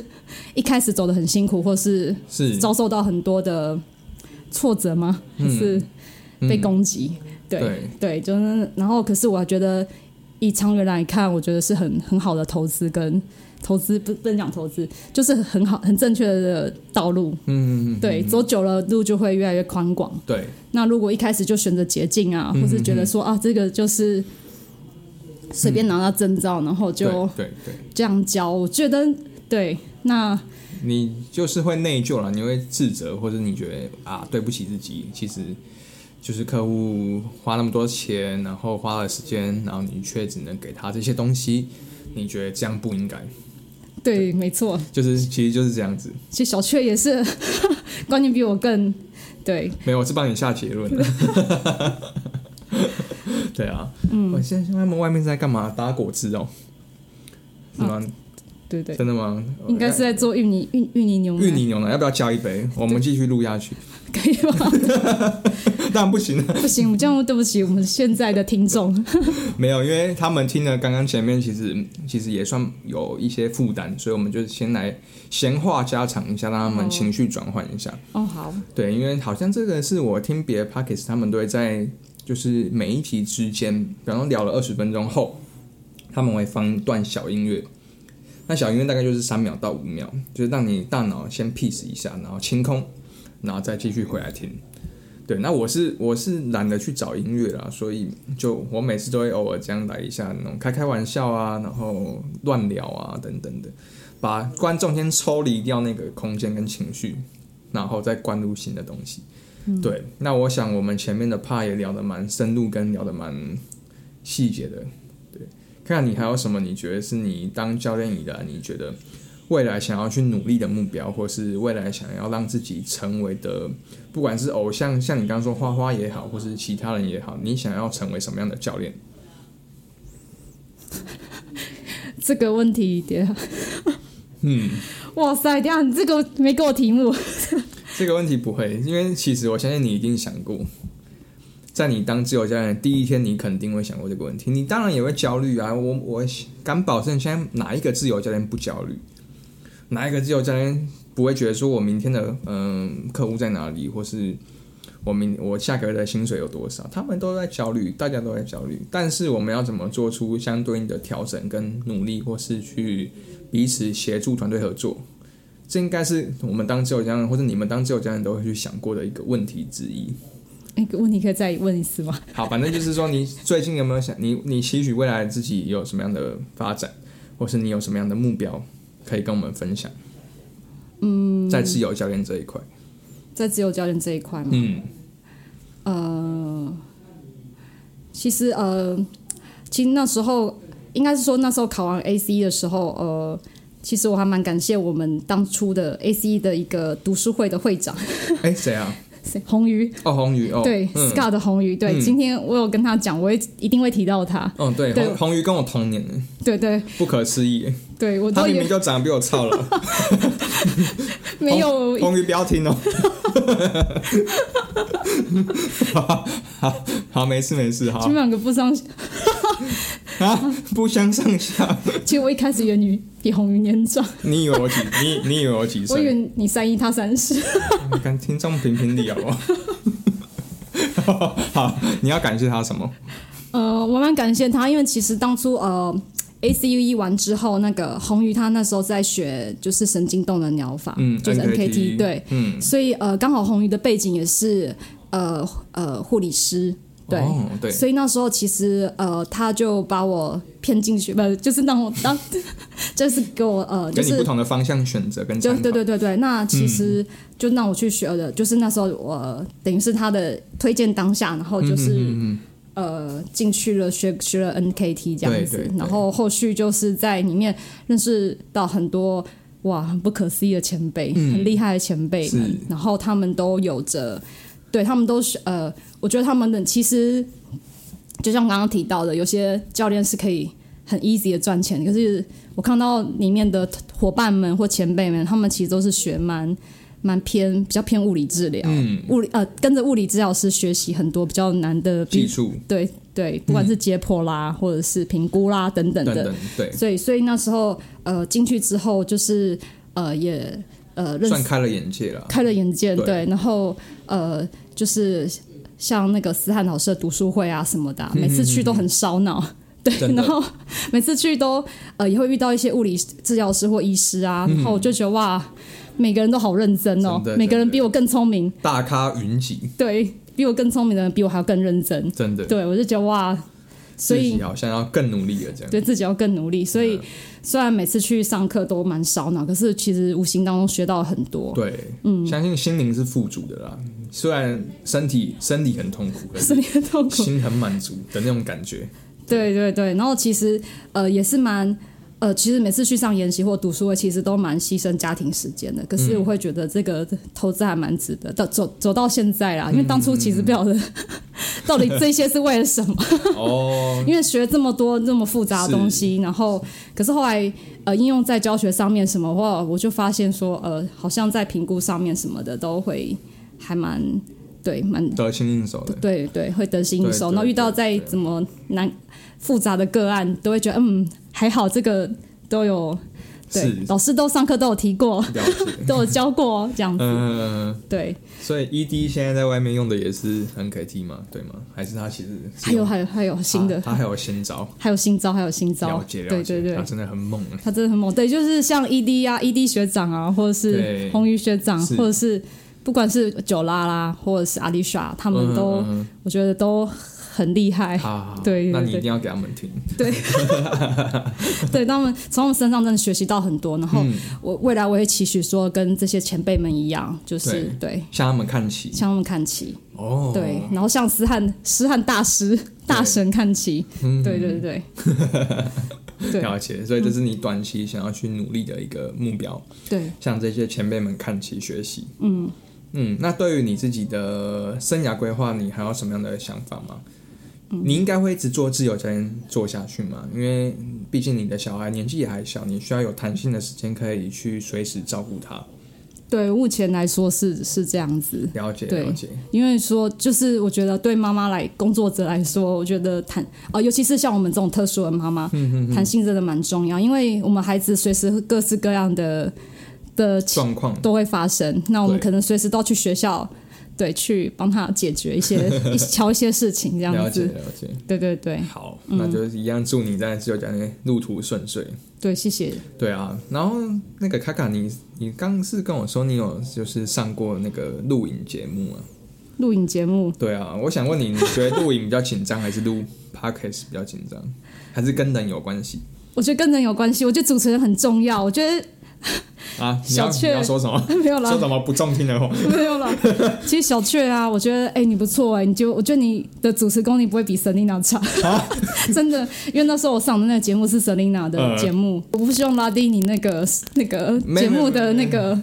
一开始走的很辛苦，或是是遭受到很多的挫折吗？还是被攻击？嗯对嗯对对，就是然后，可是我觉得以长远来看，我觉得是很很好的投资跟。投资不不能讲投资，就是很好、很正确的道路。嗯，对，走久了路就会越来越宽广。对，那如果一开始就选择捷径啊，或是觉得说啊，这个就是随便拿到证照，然后对就对对，这样教，我觉得对。那你就是会内疚了，你会自责，或者你觉得啊对不起自己，其实就是客户花那么多钱，然后花了时间，然后你却只能给他这些东西，你觉得这样不应该，对，没错，就是其实就是这样子。其实小雀也是 观念比我更对，没有，我是帮你下结 论的。对啊，嗯，我现在他们外面在干嘛？打果汁哦。是吗？对啊对，真的吗？呃应该是在做芋泥芋芋泥牛奶，芋泥牛奶，要不要加一杯？我们继续录下去。可以吗？ 当然不行啊，不行，这样对不起我们现在的听 众。没有，因为他们听了刚刚前面，其实其实也算有一些负担，所以我们就先来闲话家常一下，让他们情绪转换一下。哦，好，对，因为好像这个是我听别的 p o c k e t 他们都会在就是每一集之间，比方说聊了二十分钟后，他们会放一段小音乐。那小音乐大概就是三秒到五秒，就是让你大脑先 peace 一下，然后清空，然后再继续回来听。对，那我是我是懒得去找音乐啦，所以就我每次都会偶尔这样来一下那种开开玩笑啊，然后乱聊啊等等的，把观众先抽离掉那个空间跟情绪，然后再灌入新的东西。对，那我想我们前面的 p a 也聊得蛮深入，跟聊得蛮细节的。对，看看你还有什么你觉得是你当教练以来，你觉得未来想要去努力的目标，或是未来想要让自己成为的，不管是偶像，像你刚刚说花花也好，或是其他人也好，你想要成为什么样的教练？这个问题，等一下，嗯， 哇塞，等一下你这个没给我题目， 这个问题不会，因为其实我相信你一定想过，在你当自由教练的第一天，你肯定会想过这个问题。你当然也会焦虑啊，我我敢保证，现在哪一个自由教练不焦虑？哪一个自由教练不会觉得说我明天的嗯、客户在哪里，或是我明我下个月的薪水有多少？他们都在焦虑，大家都在焦虑。但是我们要怎么做出相对应的调整跟努力，或是去彼此协助团队合作？这应该是我们当自由教练或者你们当自由教练都会去想过的一个问题之一。那个哎问题可以再问一次吗？好，反正就是说，你最近有没有想你你期许未来自己有什么样的发展，或是你有什么样的目标可以跟我们分享？嗯，在自由教练这一块，在自由教练这一块吗？ 嗯，呃，其实呃，其实那时候应该是说那时候考完 ACE 的时候，呃，其实我还蛮感谢我们当初的 ACE 的一个读书会的会长 哎，谁啊？谁红鱼，哦，红鱼哦，对、嗯 s c a r 的红鱼，对，今天我有跟他讲，我会一定会提到他，哦，对，对红红鱼跟我同年，对对不可思议，对，我他都明也明就长得比我操了。没有红鱼不要 听哦。好好好，没事没事，好基，本上有个不伤心。啊，不相上下。其实我一开始以为你比红云年长，你以为我几？你你以为我几我以岁？为你三一，他三十。 你看听众评评理好不好？好，你要感谢他什么？呃，我蛮感谢他，因为其实当初呃 ACUE 完之后，那个红鱼他那时候在学就是神经动能疗法，嗯就是 NKT NKT 对，嗯，所以呃刚好红鱼的背景也是呃呃护理师。对，哦对，所以那时候其实呃，他就把我骗进去，不就是让我当， 就是给我呃，就跟你是不同的方向选择跟就参考。嗯对对对对，那其实就让我去学的，就是那时候我呃等于是他的推荐当下，然后嗯就是、呃进去了学学了 NKT 这样子，对对对然后后续就是在里面认识到很多哇很不可思议的前辈，很厉害的前辈嗯是们，然后他们都有着，对他们都是呃，我觉得他们的其实就像刚刚提到的，有些教练是可以很 easy 的赚钱，可是我看到里面的伙伴们或前辈们，他们其实都是学蛮蛮偏比较偏物理治疗，嗯，物理呃跟着物理治疗师学习很多比较难的技比术对对，不管是解剖啦，或者是评估啦等等等的，等，对，所以所以那时候呃进去之后就是呃也呃认识算开了眼界了。开了眼界，啊对对，然后呃，就是像那个斯坦老师的读书会啊什么的啊、嗯每次去都很烧脑， 对真，的然后每次去都呃也会遇到一些物理治疗师或医师啊，然后我就觉得哇，每个人都好认真哦嗯真的，每个人真的比我更聪明，大咖云集，对比我更聪明的人比我还要更认真，真的，对我就觉得哇，所自以己好像要更努力了这样。对自己要更努力，所以嗯虽然每次去上课都蛮烧脑，可是其实无形当中学到很多，对，嗯，相信心灵是富足的啦。虽然身体身体很痛苦，可是是你很痛苦。心很满足的那种感觉。对对对，然后其实呃也是蛮呃，其实每次去上研习或读书会，其实都蛮牺牲家庭时间的。可是我会觉得这个投资还蛮值得，到走走到现在啦，因为当初其实不晓得 到底这些是为了什么，哦，因为学这么多这么复杂的东西，然后可是后来呃应用在教学上面什么，哇，我就发现说呃，好像在评估上面什么的都会还蛮对蛮得心应手的。对对，会得心应手。对对然后遇到对再对怎么难复杂的个案，都会觉得嗯，还好这个都有对是老师都上课都有提 过，了解。都有教过这样子。嗯，对， 所以 ED 现在在外面用的也是 NKT 吗？对吗？还是他其实是啊还有用还有还有新的，他他还有新招，还有新招，还有新招了解。了对解，对对他，真的很猛啊。他真的很猛。对，就是像 ED 啊，ED 学长啊，或者对是红鱼学长，是或者是不管是九拉啦，或者是阿丽莎，他们都、嗯嗯嗯我觉得都很厉害。好好，好对对那你对一定要给他们听。对，他们从他们身上真的学习到很多，然后我未来我也期许说跟这些前辈们一样，就是对向他们看齐向他们看齐，哦，对，然后向思汉思汉大师大神看齐，对对对对。对了解，所以这是你短期想要去努力的一个目标，对，向这些前辈们看齐学习。嗯嗯，那对于你自己的生涯规划，你还有什么样的想法吗？嗯你应该会一直做自由教练做下去嘛？因为毕竟你的小孩年纪也还小，你需要有弹性的时间可以去随时照顾他。对，目前来说是是这样子，了解，对了解，因为说就是我觉得对妈妈来工作者来说，我觉得弹啊、尤其是像我们这种特殊的妈妈，弹性真的蛮重要，因为我们孩子随时各式各样的的情状况都会发生。那我们对可能随时都要去学校，对，去帮他解决 一些一瞧一些事情这了样解子。嗯了解。对对对好，那就是一样，祝你在自由教练路途顺遂。对，谢谢。对啊，然后那个卡卡你，你刚是跟我说你有就是上过那个录影节目啊？录影节目，对啊，我想问你，你觉得录影比较紧张，还是录 podcast 比较紧张，还是跟人有关系我觉得跟人有关系，我觉得主持人很重要。我觉得啊？你要小你雀要说什么？没有啦说，什么不中听 的话？没 有啦。其实小雀啊，我觉得哎、你不错哎、你就我觉得你的主持功力不会比 Selina 差，啊 真的。因为那时候我上的那个节目是 Selina 的节目，我不希望拉低你那个那个呃没没节目的那个。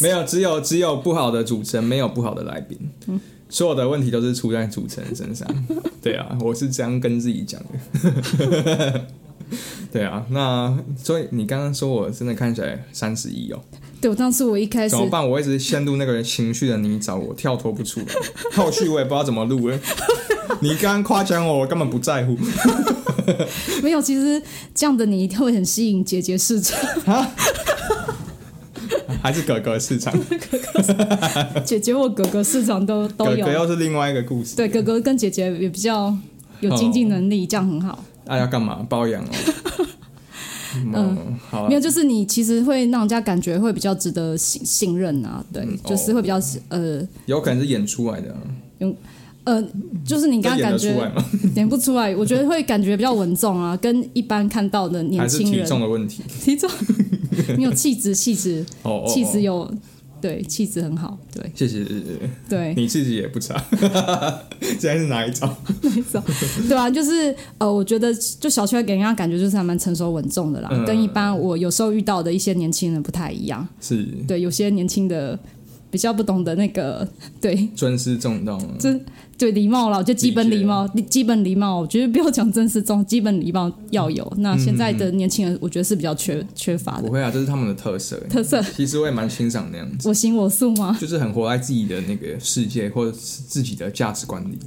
没有，只有只有不好的主持人，没有不好的来宾。所有的问题都是出在主持人身 上。对啊，我是这样跟自己讲的。 对啊，那所以你刚刚说我真的看起来三十一哦。对我当时我一开始怎么办？我一直陷入那个情绪的泥沼，我跳脱不 出来。后续我也不知道怎么录了。你刚刚夸奖我，我根本不在乎。 没有，其实这样的你一定会很吸引姐姐市场，还是哥哥市场？姐姐或哥哥市场都 都哥有哥。又是另外一个故事。对，哥哥跟姐姐也比较有经济能力，这样很好。那、啊要干嘛？包养哦。 嗯，好没了有，，就是你其实会让人家感觉会比较值得信信任啊，对，嗯哦就是会比较呃有可能是演出来的啊，呃，就是你刚这演刚感得出来觉吗？演不出来，我觉得会感觉比较稳 重啊，跟一般看到的年还是轻体人重的问题？体重 没有气质，气质哦哦，哦气质有对气质很好，对谢谢，谢谢对。你自己也不差。 现在是哪一招？对啊，就是呃，我觉得就小雀给人家感觉就是还蛮成熟稳重的啦，嗯跟一般我有时候遇到的一些年轻人不太一样。是对，有些年轻的比较不懂得那个，对，尊师重道吗？对礼貌啦，我觉得基本礼貌，基本礼貌，我觉得不要讲真实重，基本礼貌要有。那现在嗯的年轻人，我觉得是比较缺缺乏不的会啊，这是他们的特色。特色，其实我也蛮欣赏那样子，我行我素吗？就是很活在自己的那个世界或者是自己的价值观里。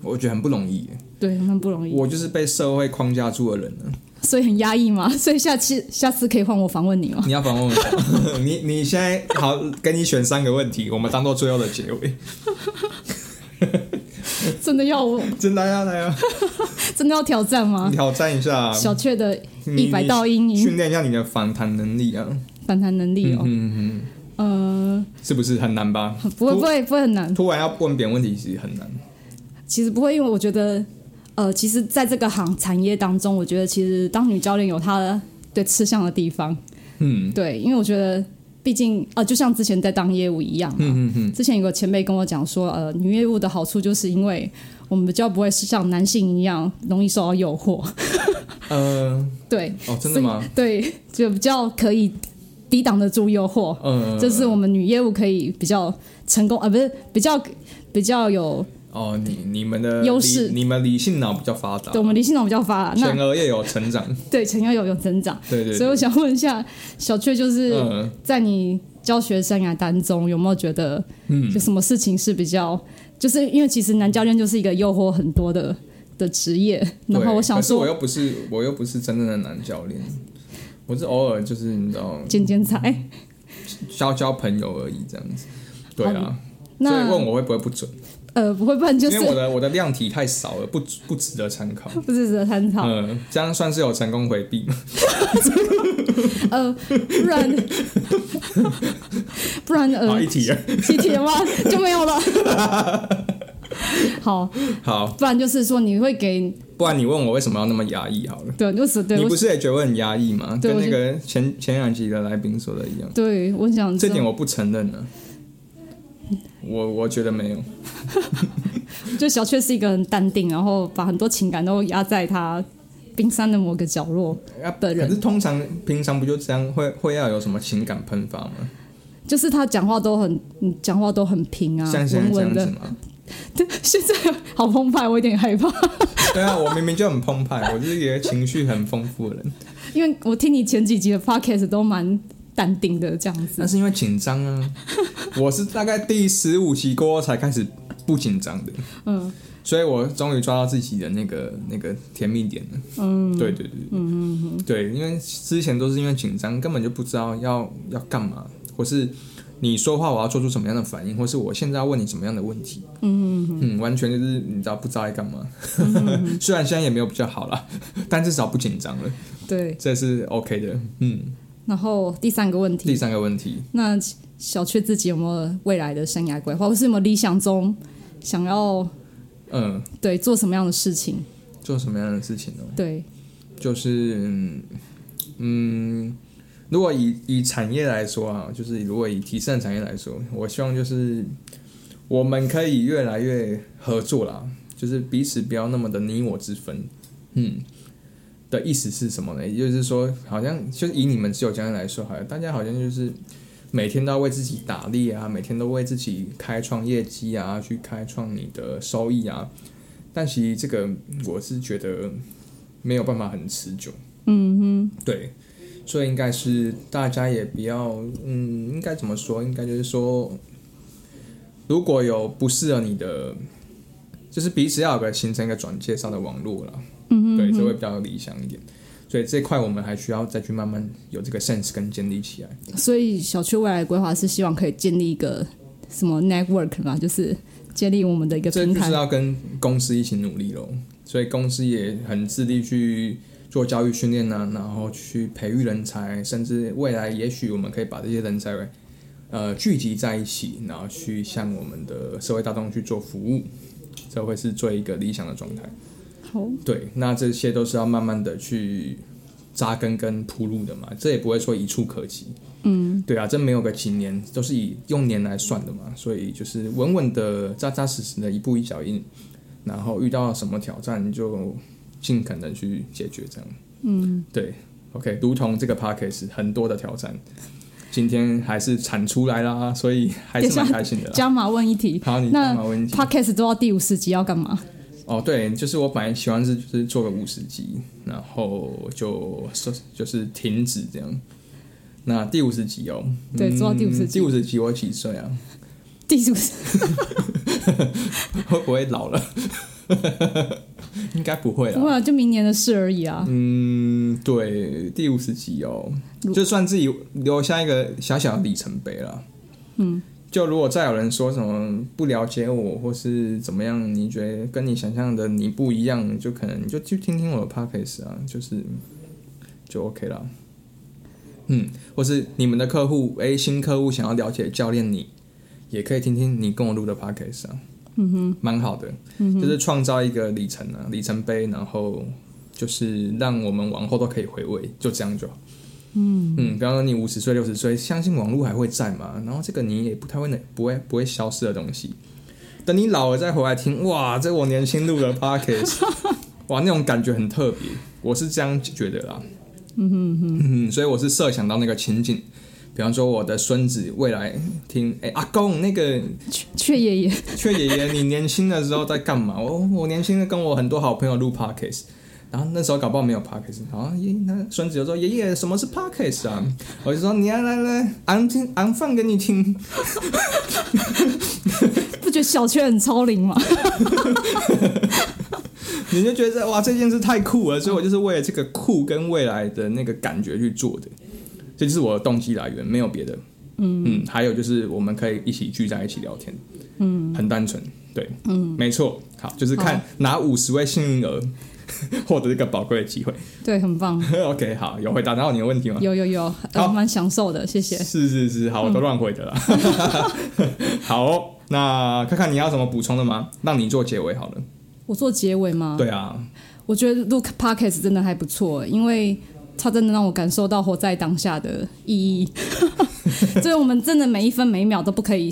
我觉得很不容易耶，对，蛮不容易，我就是被社会框架住的人啊了。所以很压抑嘛。 所以下期下次可以换我访问你吗？ 你要反问我， 你你现在好，给你选三个问题，我们当做最后的结尾。真的要我 真来啊来啊，真的要挑战吗？挑战一下，小雀的你一百道阴你训影练一下你的反弹能力啊。反弹能力哦，嗯嗯嗯，嗯，是不是很难吧？ 不会不会不会很难，突然要问别人问题，其实很难。其实不会，因为我觉得，呃，其实在这个行产业当中，我觉得其实当女教练有她的对吃香的地方，嗯对，因为我觉得毕竟呃，就像之前在当业务一样嘛，嗯嗯嗯，之前有个前辈跟我讲说，呃，女业务的好处就是因为我们比较不会是像男性一样容易受到诱惑， 呃，对哦，真的吗？对，就比较可以抵挡得住诱惑，嗯，这是我们女业务可以比较成功，呃，不是比较比较有，哦，你你们的优理势你们理性脑比较发达对，我们理性脑比较发达，前那额叶有成长，对成要有有增长。对对所以对，我想问一下，小雀就是嗯在你教学生涯当中，有没有觉得嗯有什么事情是比较，就是因为其实男教练就是一个诱惑很多的的职业，然后对我想可是我说，又不是我又不是真正的男教练，我是偶尔就是你知道剪剪裁，嗯交交朋友而已这样子。对啊，所以 那问我会不会不准，呃不会，不然就是因为我的我的量体太少了，不不值得参考。不是值得探讨，嗯，这样算是有成功回避吗？呃，不然不然好，呃一，题了。集体的话啊就 没有了。好，好，不然就是说你会给不然你问我为什么要那么压抑好了。对，就是对你我不是也觉得我很压抑吗？对跟我那是个前前两集的来宾说的一样，对我想这知道点我不承认了。我我觉得没有，就小雀是一个很淡定，然后把很多情感都压在他冰山的某个角落啊的可人，是通常平常不就这样，会会要有什么情感喷发吗？就是他讲话都很，嗯讲话都很平啊，像现在稳这样稳子的。 吗？对，现在好澎湃，我有点害怕，对啊，我明明就很澎湃，我就是一个情绪很丰富的人，因为我听你前几集的 podcast 都蛮淡定的这样子那。是因为紧张 啊。我是大概第十五期过后才开始不紧张的，嗯，所以我终于抓到自己的那个那个甜蜜点了。嗯，对对对，嗯嗯嗯，对，因为之前都是因为紧张，根本就不知道要要干嘛，或是你说话我要做出什么样的反应，或是我现在要问你什么样的问题。嗯嗯完全就是你知道不知道在干嘛。 虽然现在也没有比较好啦， 但至少不紧张了，对。这是 OK 的。嗯，然后第三个问第题，三个问题，那小雀自己有没有未来的生涯规划，或是有没有理想中想要嗯，对做什么样的事情？做什么样的事情呢？对，就是嗯嗯，如果以以产业来说啊，就是如果以提升产业来说，我希望就是我们可以越来越合作啦，就是彼此不要那么的你我之分，嗯。的意思是什么呢？也就是说，好像就以你们自由教练来说，好像大家好像就是每天都要为自己打猎啊，每天都为自己开创业绩啊，去开创你的收益啊。但其实这个我是觉得没有办法很持久。嗯哼，对，所以应该是大家也不要，嗯，应该怎么说？应该就是说，如果有不适合你的，就是彼此要有个形成一个转介绍的网络了。嗯对，这会比较理想一点。所以这块我们还需要再去慢慢有这个 sense 跟建立起来。所以小区未来的规划是希望可以建立一个什么 network 嘛，就是建立我们的一个这平就是啊台。要跟公司一起努力喽。所以公司也很致力去做教育训练啊，然后去培育人才，甚至未来也许我们可以把这些人才呃聚集在一起，然后去向我们的社会大众去做服务，这会是最一个理想的状态。好，对，那这些都是要慢慢的去扎根跟铺路的嘛，这也不会说一触可及。嗯，对啊，这没有个几年，都是以用年来算的嘛，所以就是稳稳的、扎扎实实的一步一脚印，然后遇到什么挑战你就尽可能去解决，这样。嗯，对，OK，如同这个 p a c k a g e 很多的挑战，今天还是产出来啦，所以还是蛮开心的啦。加码问一题好，你那干嘛问题？ ，podcast 做到第五十集要干嘛？哦，对，就是我本来喜欢是就是做个五十集，然后就收就是停止这样。那第五十集哦，对做到第50集嗯第五十集我几岁啊？ 第五十，会不会老了？ 应该不会不会啦。啊，就明年的事而已啊。嗯，对，第五十集哦，就算自己留下一个小小的里程碑了。嗯，就如果再有人说什么不了解我，或是怎么样，你觉得跟你想象的你不一样，就可能你就去听听我的 podcast 啊，就是就 OK 了。嗯，或是你们的客户 A 新客户想要了解教练你，也可以听听你跟我录的 podcast 啊。嗯哼，蛮好的，就是创造一个里程啊，里程碑，然后就是让我们往后都可以回味，就这样就好。嗯嗯，比方说你五十岁、六十岁，相信网络还会在嘛？然后这个你也不太会能不会不会消失的东西，等你老了再回来听，哇，这我年轻录的 podcast，哇，那 种感觉很特别，我是这样觉得啦。嗯哼哼，所以我是设想到那个情景，比方说我的孙子未来听，哎、阿公那个雀雀爷爷，雀爷爷，你年轻的时候在干嘛？我我年轻的跟我很多好朋友录 podcast，然后那时候搞不好没有 podcast，然后爷那孙子就说爷爷什么是 podcast 啊？我就说你来来来，俺听俺放给你听，不觉得小雀很超龄吗？你就觉得哇这件事太酷了，所以我就是为了这个酷跟未来的那个感觉去做的，这就是我的动机来源，没有别的。嗯嗯，还有就是我们可以一起聚在一起聊天，嗯，很单纯，对，嗯，没错，好，就是看哪五十位幸运儿 获得这个宝贵的机会。对，很棒， OK，好，有回答到你的问题吗？有嗯有有，呃，好蛮享受的，谢谢。是是是，好，我都乱回的啦。 好哦，那看看你要有什么补充的吗？让你做结尾好了。我做结尾吗？对啊，我觉得录 podcast 真的还不错，因为它真的让我感受到活在当下的意义。 所以我们真的每一分每一秒都不可以，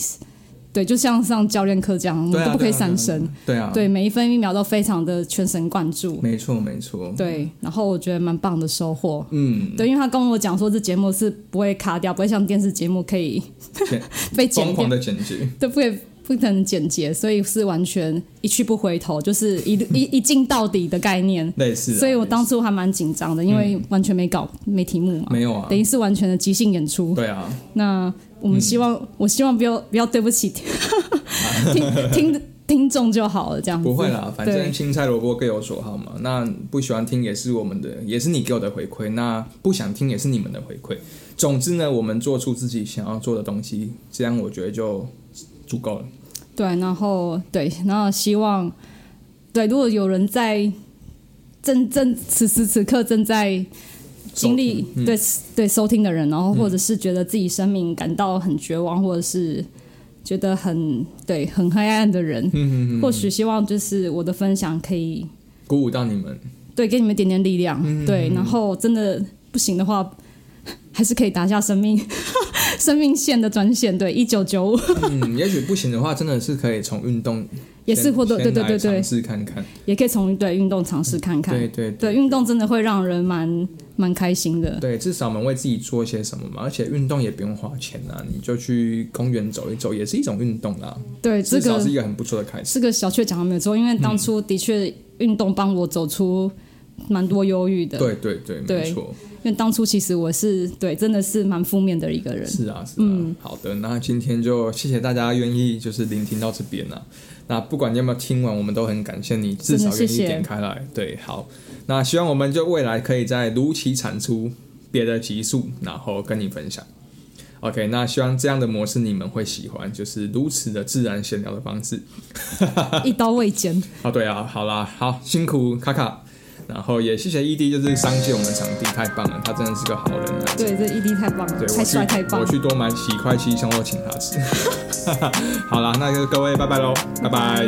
对，就像上教练课这样，我对们啊，都不可以对啊散神。。对啊，嗯对啊对，每一分一秒都非常的全神贯注。没错没错。，对，然后我觉得蛮棒的收获。嗯，对，因为他跟我讲说，这节目是不会卡掉，不会像电视节目可以剪 被剪疯掉狂，的剪辑，对，不可以不可能剪辑，所以是完全一去不回头，就是一路一一进到底的概念。类似啊。所以我当类似初还蛮紧张的，因为完全没搞、没题目嘛，没有啊等，于是完全的即兴演出。对嗯啊，那我们希望，我希望不要不要对不起 听听听众就好了，这样子不会啦，反正对青菜萝卜各有所好嘛。那不喜欢听也是我们的，也是你给我的回馈；那不想听也是你们的回馈。总之呢，我们做出自己想要做的东西，这样我觉得就足够了。对，然后对，然后希望对，如果有人在正正此时此刻正在经历收听嗯对对收听的人，然后或者是觉得自己生命感到很绝望，或者是觉得很对很黑暗的嗯人，或许希望就是我的分享可以鼓舞到你们，对给你们一点点力量，嗯对，然后真的不行的话，还是可以打下生命 生命线的专线，对，一九九五嗯，也许不行的话，真的是可以从运动也是先获得对先对来对对尝，试看看，也可以从对运动尝试看看。对对对，运动真的会让人蛮蛮开心的。对，至少我们为自己做些什么嘛，而且运动也不用花钱啊，你就去公园走一走，也是一种运动啦，对，这至少个是一个很不错的开始。这个小雀讲的没有错，因为当初的确运动帮我走出蛮多忧郁的。对对对，没对错，因为当初其实我是对，真的是蛮负面的一个人。是啊是啊。嗯好的，那今天就谢谢大家愿意就是聆听到这边啊。那不管你有没有听完，我们都很感谢你，至少真的谢愿意谢点开来。对，好，那希望我们就未来可以再如期产出别的集数，然后跟你分享。OK，那希望这样的模式你们会喜欢，就是如此的自然闲聊的方式。一刀未剪。啊，对啊，好啦，好辛苦卡卡，然后也谢谢 ED，就是商借我们场地太棒了，他真的是个好人啊。对，这 ED 太棒了，对，太我去帅太棒我了，去多买 几块鸡胸肉请他吃。好啦，那就各位拜拜喽，拜拜